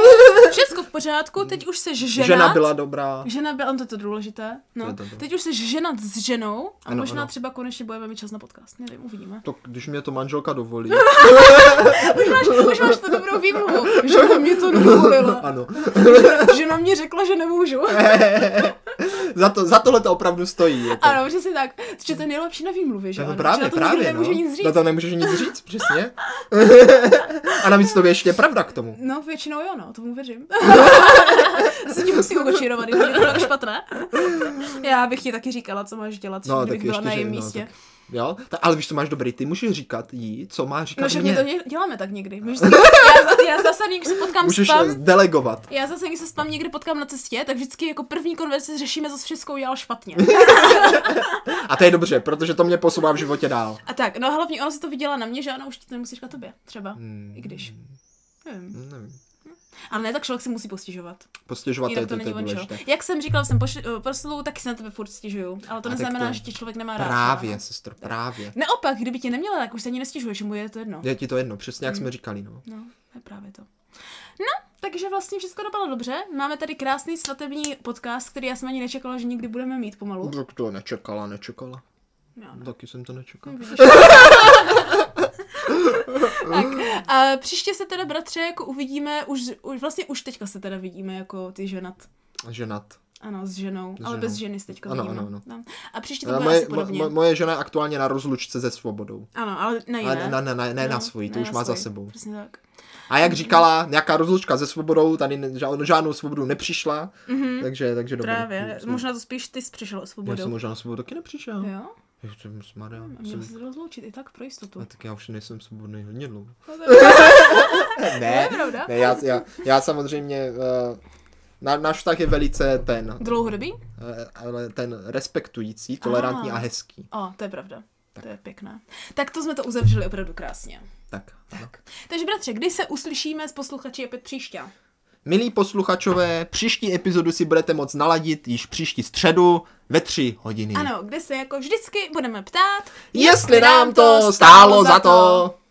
Speaker 2: všechno v pořádku, teď už seš ženat.
Speaker 1: žena byla dobrá.
Speaker 2: Žena byla, on to je to důležité.
Speaker 1: To
Speaker 2: No.
Speaker 1: je to, to.
Speaker 2: Teď už seš ženat s ženou a
Speaker 1: Ano,
Speaker 2: ano, možná
Speaker 1: ano.
Speaker 2: ano. třeba konečně budeme mít čas na podcast. Nevím, uvidíme.
Speaker 1: To, když mě to manželka dovolí.
Speaker 2: Už máš, už máš to dobrou výmluvu. Žena mě to nedovolila.
Speaker 1: ano.
Speaker 2: Žena mě řekla, že nemůžu.
Speaker 1: za, to, za tohle to opravdu stojí. Jako.
Speaker 2: Ano, přesně tak. Že to je nejlepší na výmluvě, že
Speaker 1: No
Speaker 2: ano?
Speaker 1: to
Speaker 2: Že
Speaker 1: právě,
Speaker 2: na to
Speaker 1: právě, no.
Speaker 2: nikdo nemůže nic říct.
Speaker 1: Na to nemůžeš nic říct, přesně. A navíc to je ještě pravda k tomu.
Speaker 2: No, většinou jo, no, tomu věřím. Se ti musí ukočírovat, když je to tak špatné. Já bych ti taky říkala, co máš dělat,
Speaker 1: No,
Speaker 2: no,
Speaker 1: tak
Speaker 2: kdybych byla
Speaker 1: ještě,
Speaker 2: na
Speaker 1: že,
Speaker 2: jejím
Speaker 1: no,
Speaker 2: místě.
Speaker 1: tak, jo, ta, ale víš, to máš dobrý, ty můžeš říkat jí, co má říkat
Speaker 2: No, však my
Speaker 1: mě.
Speaker 2: to dě- děláme tak někdy. Můžeš se, já, já zase, když se potkám
Speaker 1: Můžeš
Speaker 2: s pam,
Speaker 1: eh, delegovat.
Speaker 2: já zase, když se s pam někdy potkám na cestě, tak vždycky jako první konverzi řešíme, co všechno udělal špatně.
Speaker 1: A to je dobře, protože to mě posouvá v životě dál.
Speaker 2: A tak, no hlavně ona si to viděla na mě, že ano, už ti to nemusí říkat tobě, třeba. I když. Nevím.
Speaker 1: Hmm, Nevím.
Speaker 2: Ale ne, tak člověk si musí postižovat.
Speaker 1: Postěžovat je
Speaker 2: Jinak
Speaker 1: to,
Speaker 2: to
Speaker 1: to je
Speaker 2: není on čo.
Speaker 1: důležité.
Speaker 2: Jak jsem říkal, jsem pošl- proslu, tak si na tebe furt stěžuju. Ale to
Speaker 1: A tak
Speaker 2: neznamená,
Speaker 1: to-
Speaker 2: že tě člověk nemá rád.
Speaker 1: Právě, sestro, právě.
Speaker 2: Neopak, kdyby tě neměla, tak už se ani nestěžuješ, že mu je to jedno.
Speaker 1: Je ti to jedno, přesně jak jsme říkali, no.
Speaker 2: No, to je právě to. No, takže vlastně všechno dopadlo dobře. Máme tady krásný svatební podcast, který já jsem ani nečekala, že nikdy budeme mít pomalu.
Speaker 1: Tak to nečekala, nečekala.
Speaker 2: Jo, no.
Speaker 1: Taky jsem to nečekal.
Speaker 2: Vidíš? tak, a příště se teda, bratře, jako uvidíme, už, už, vlastně už teďka se teda vidíme jako ty ženat.
Speaker 1: Ženat.
Speaker 2: Ano, s ženou,
Speaker 1: S
Speaker 2: ale
Speaker 1: ženou.
Speaker 2: bez ženy se teďka
Speaker 1: Ano,
Speaker 2: vidíme.
Speaker 1: ano, ano.
Speaker 2: No. A příště to
Speaker 1: Eh,
Speaker 2: bude
Speaker 1: Moje,
Speaker 2: asi podobně.
Speaker 1: mo- moje žena je aktuálně na rozlučce se svobodou.
Speaker 2: Ano, ale na
Speaker 1: Ale
Speaker 2: jiné.
Speaker 1: ne, ne, ne, ne na svoji, to
Speaker 2: ne
Speaker 1: už
Speaker 2: na Mhm.
Speaker 1: má za
Speaker 2: svoji.
Speaker 1: sebou.
Speaker 2: Přesně tak.
Speaker 1: A jak říkala, nějaká rozlučka se svobodou, tady ne, ža- žádnou svobodu nepřišla,
Speaker 2: Mhm.
Speaker 1: takže, takže dobré.
Speaker 2: Právě, možná to spíš ty jsi přišel o
Speaker 1: Já jsem
Speaker 2: svobodu.
Speaker 1: možná na svobodu taky nepřišel.
Speaker 2: Jo,
Speaker 1: Já jsem smarja,
Speaker 2: a měl
Speaker 1: jsem...
Speaker 2: jsi se rozloučit i tak pro jistotu.
Speaker 1: A tak já už nejsem svobodný hodně dlouho.
Speaker 2: No, to je- to
Speaker 1: ne,
Speaker 2: je pravda.
Speaker 1: ne, já, já, já samozřejmě, uh, na, náš vztah je velice ten,
Speaker 2: Dlouhodobý?
Speaker 1: eh, ale ten respektující, tolerantní
Speaker 2: Aha.
Speaker 1: a hezký.
Speaker 2: O, to je pravda. To je pěkné. Tak to jsme to uzavřeli opravdu krásně.
Speaker 1: Tak. ano.
Speaker 2: Takže bratře, kdy se uslyšíme s posluchači opět příště?
Speaker 1: Milí posluchačové, příští epizodu si budete moc naladit již příští středu ve tři hodiny.
Speaker 2: Ano, kde se jako vždycky budeme ptát,
Speaker 1: Jestli nám to stálo za to.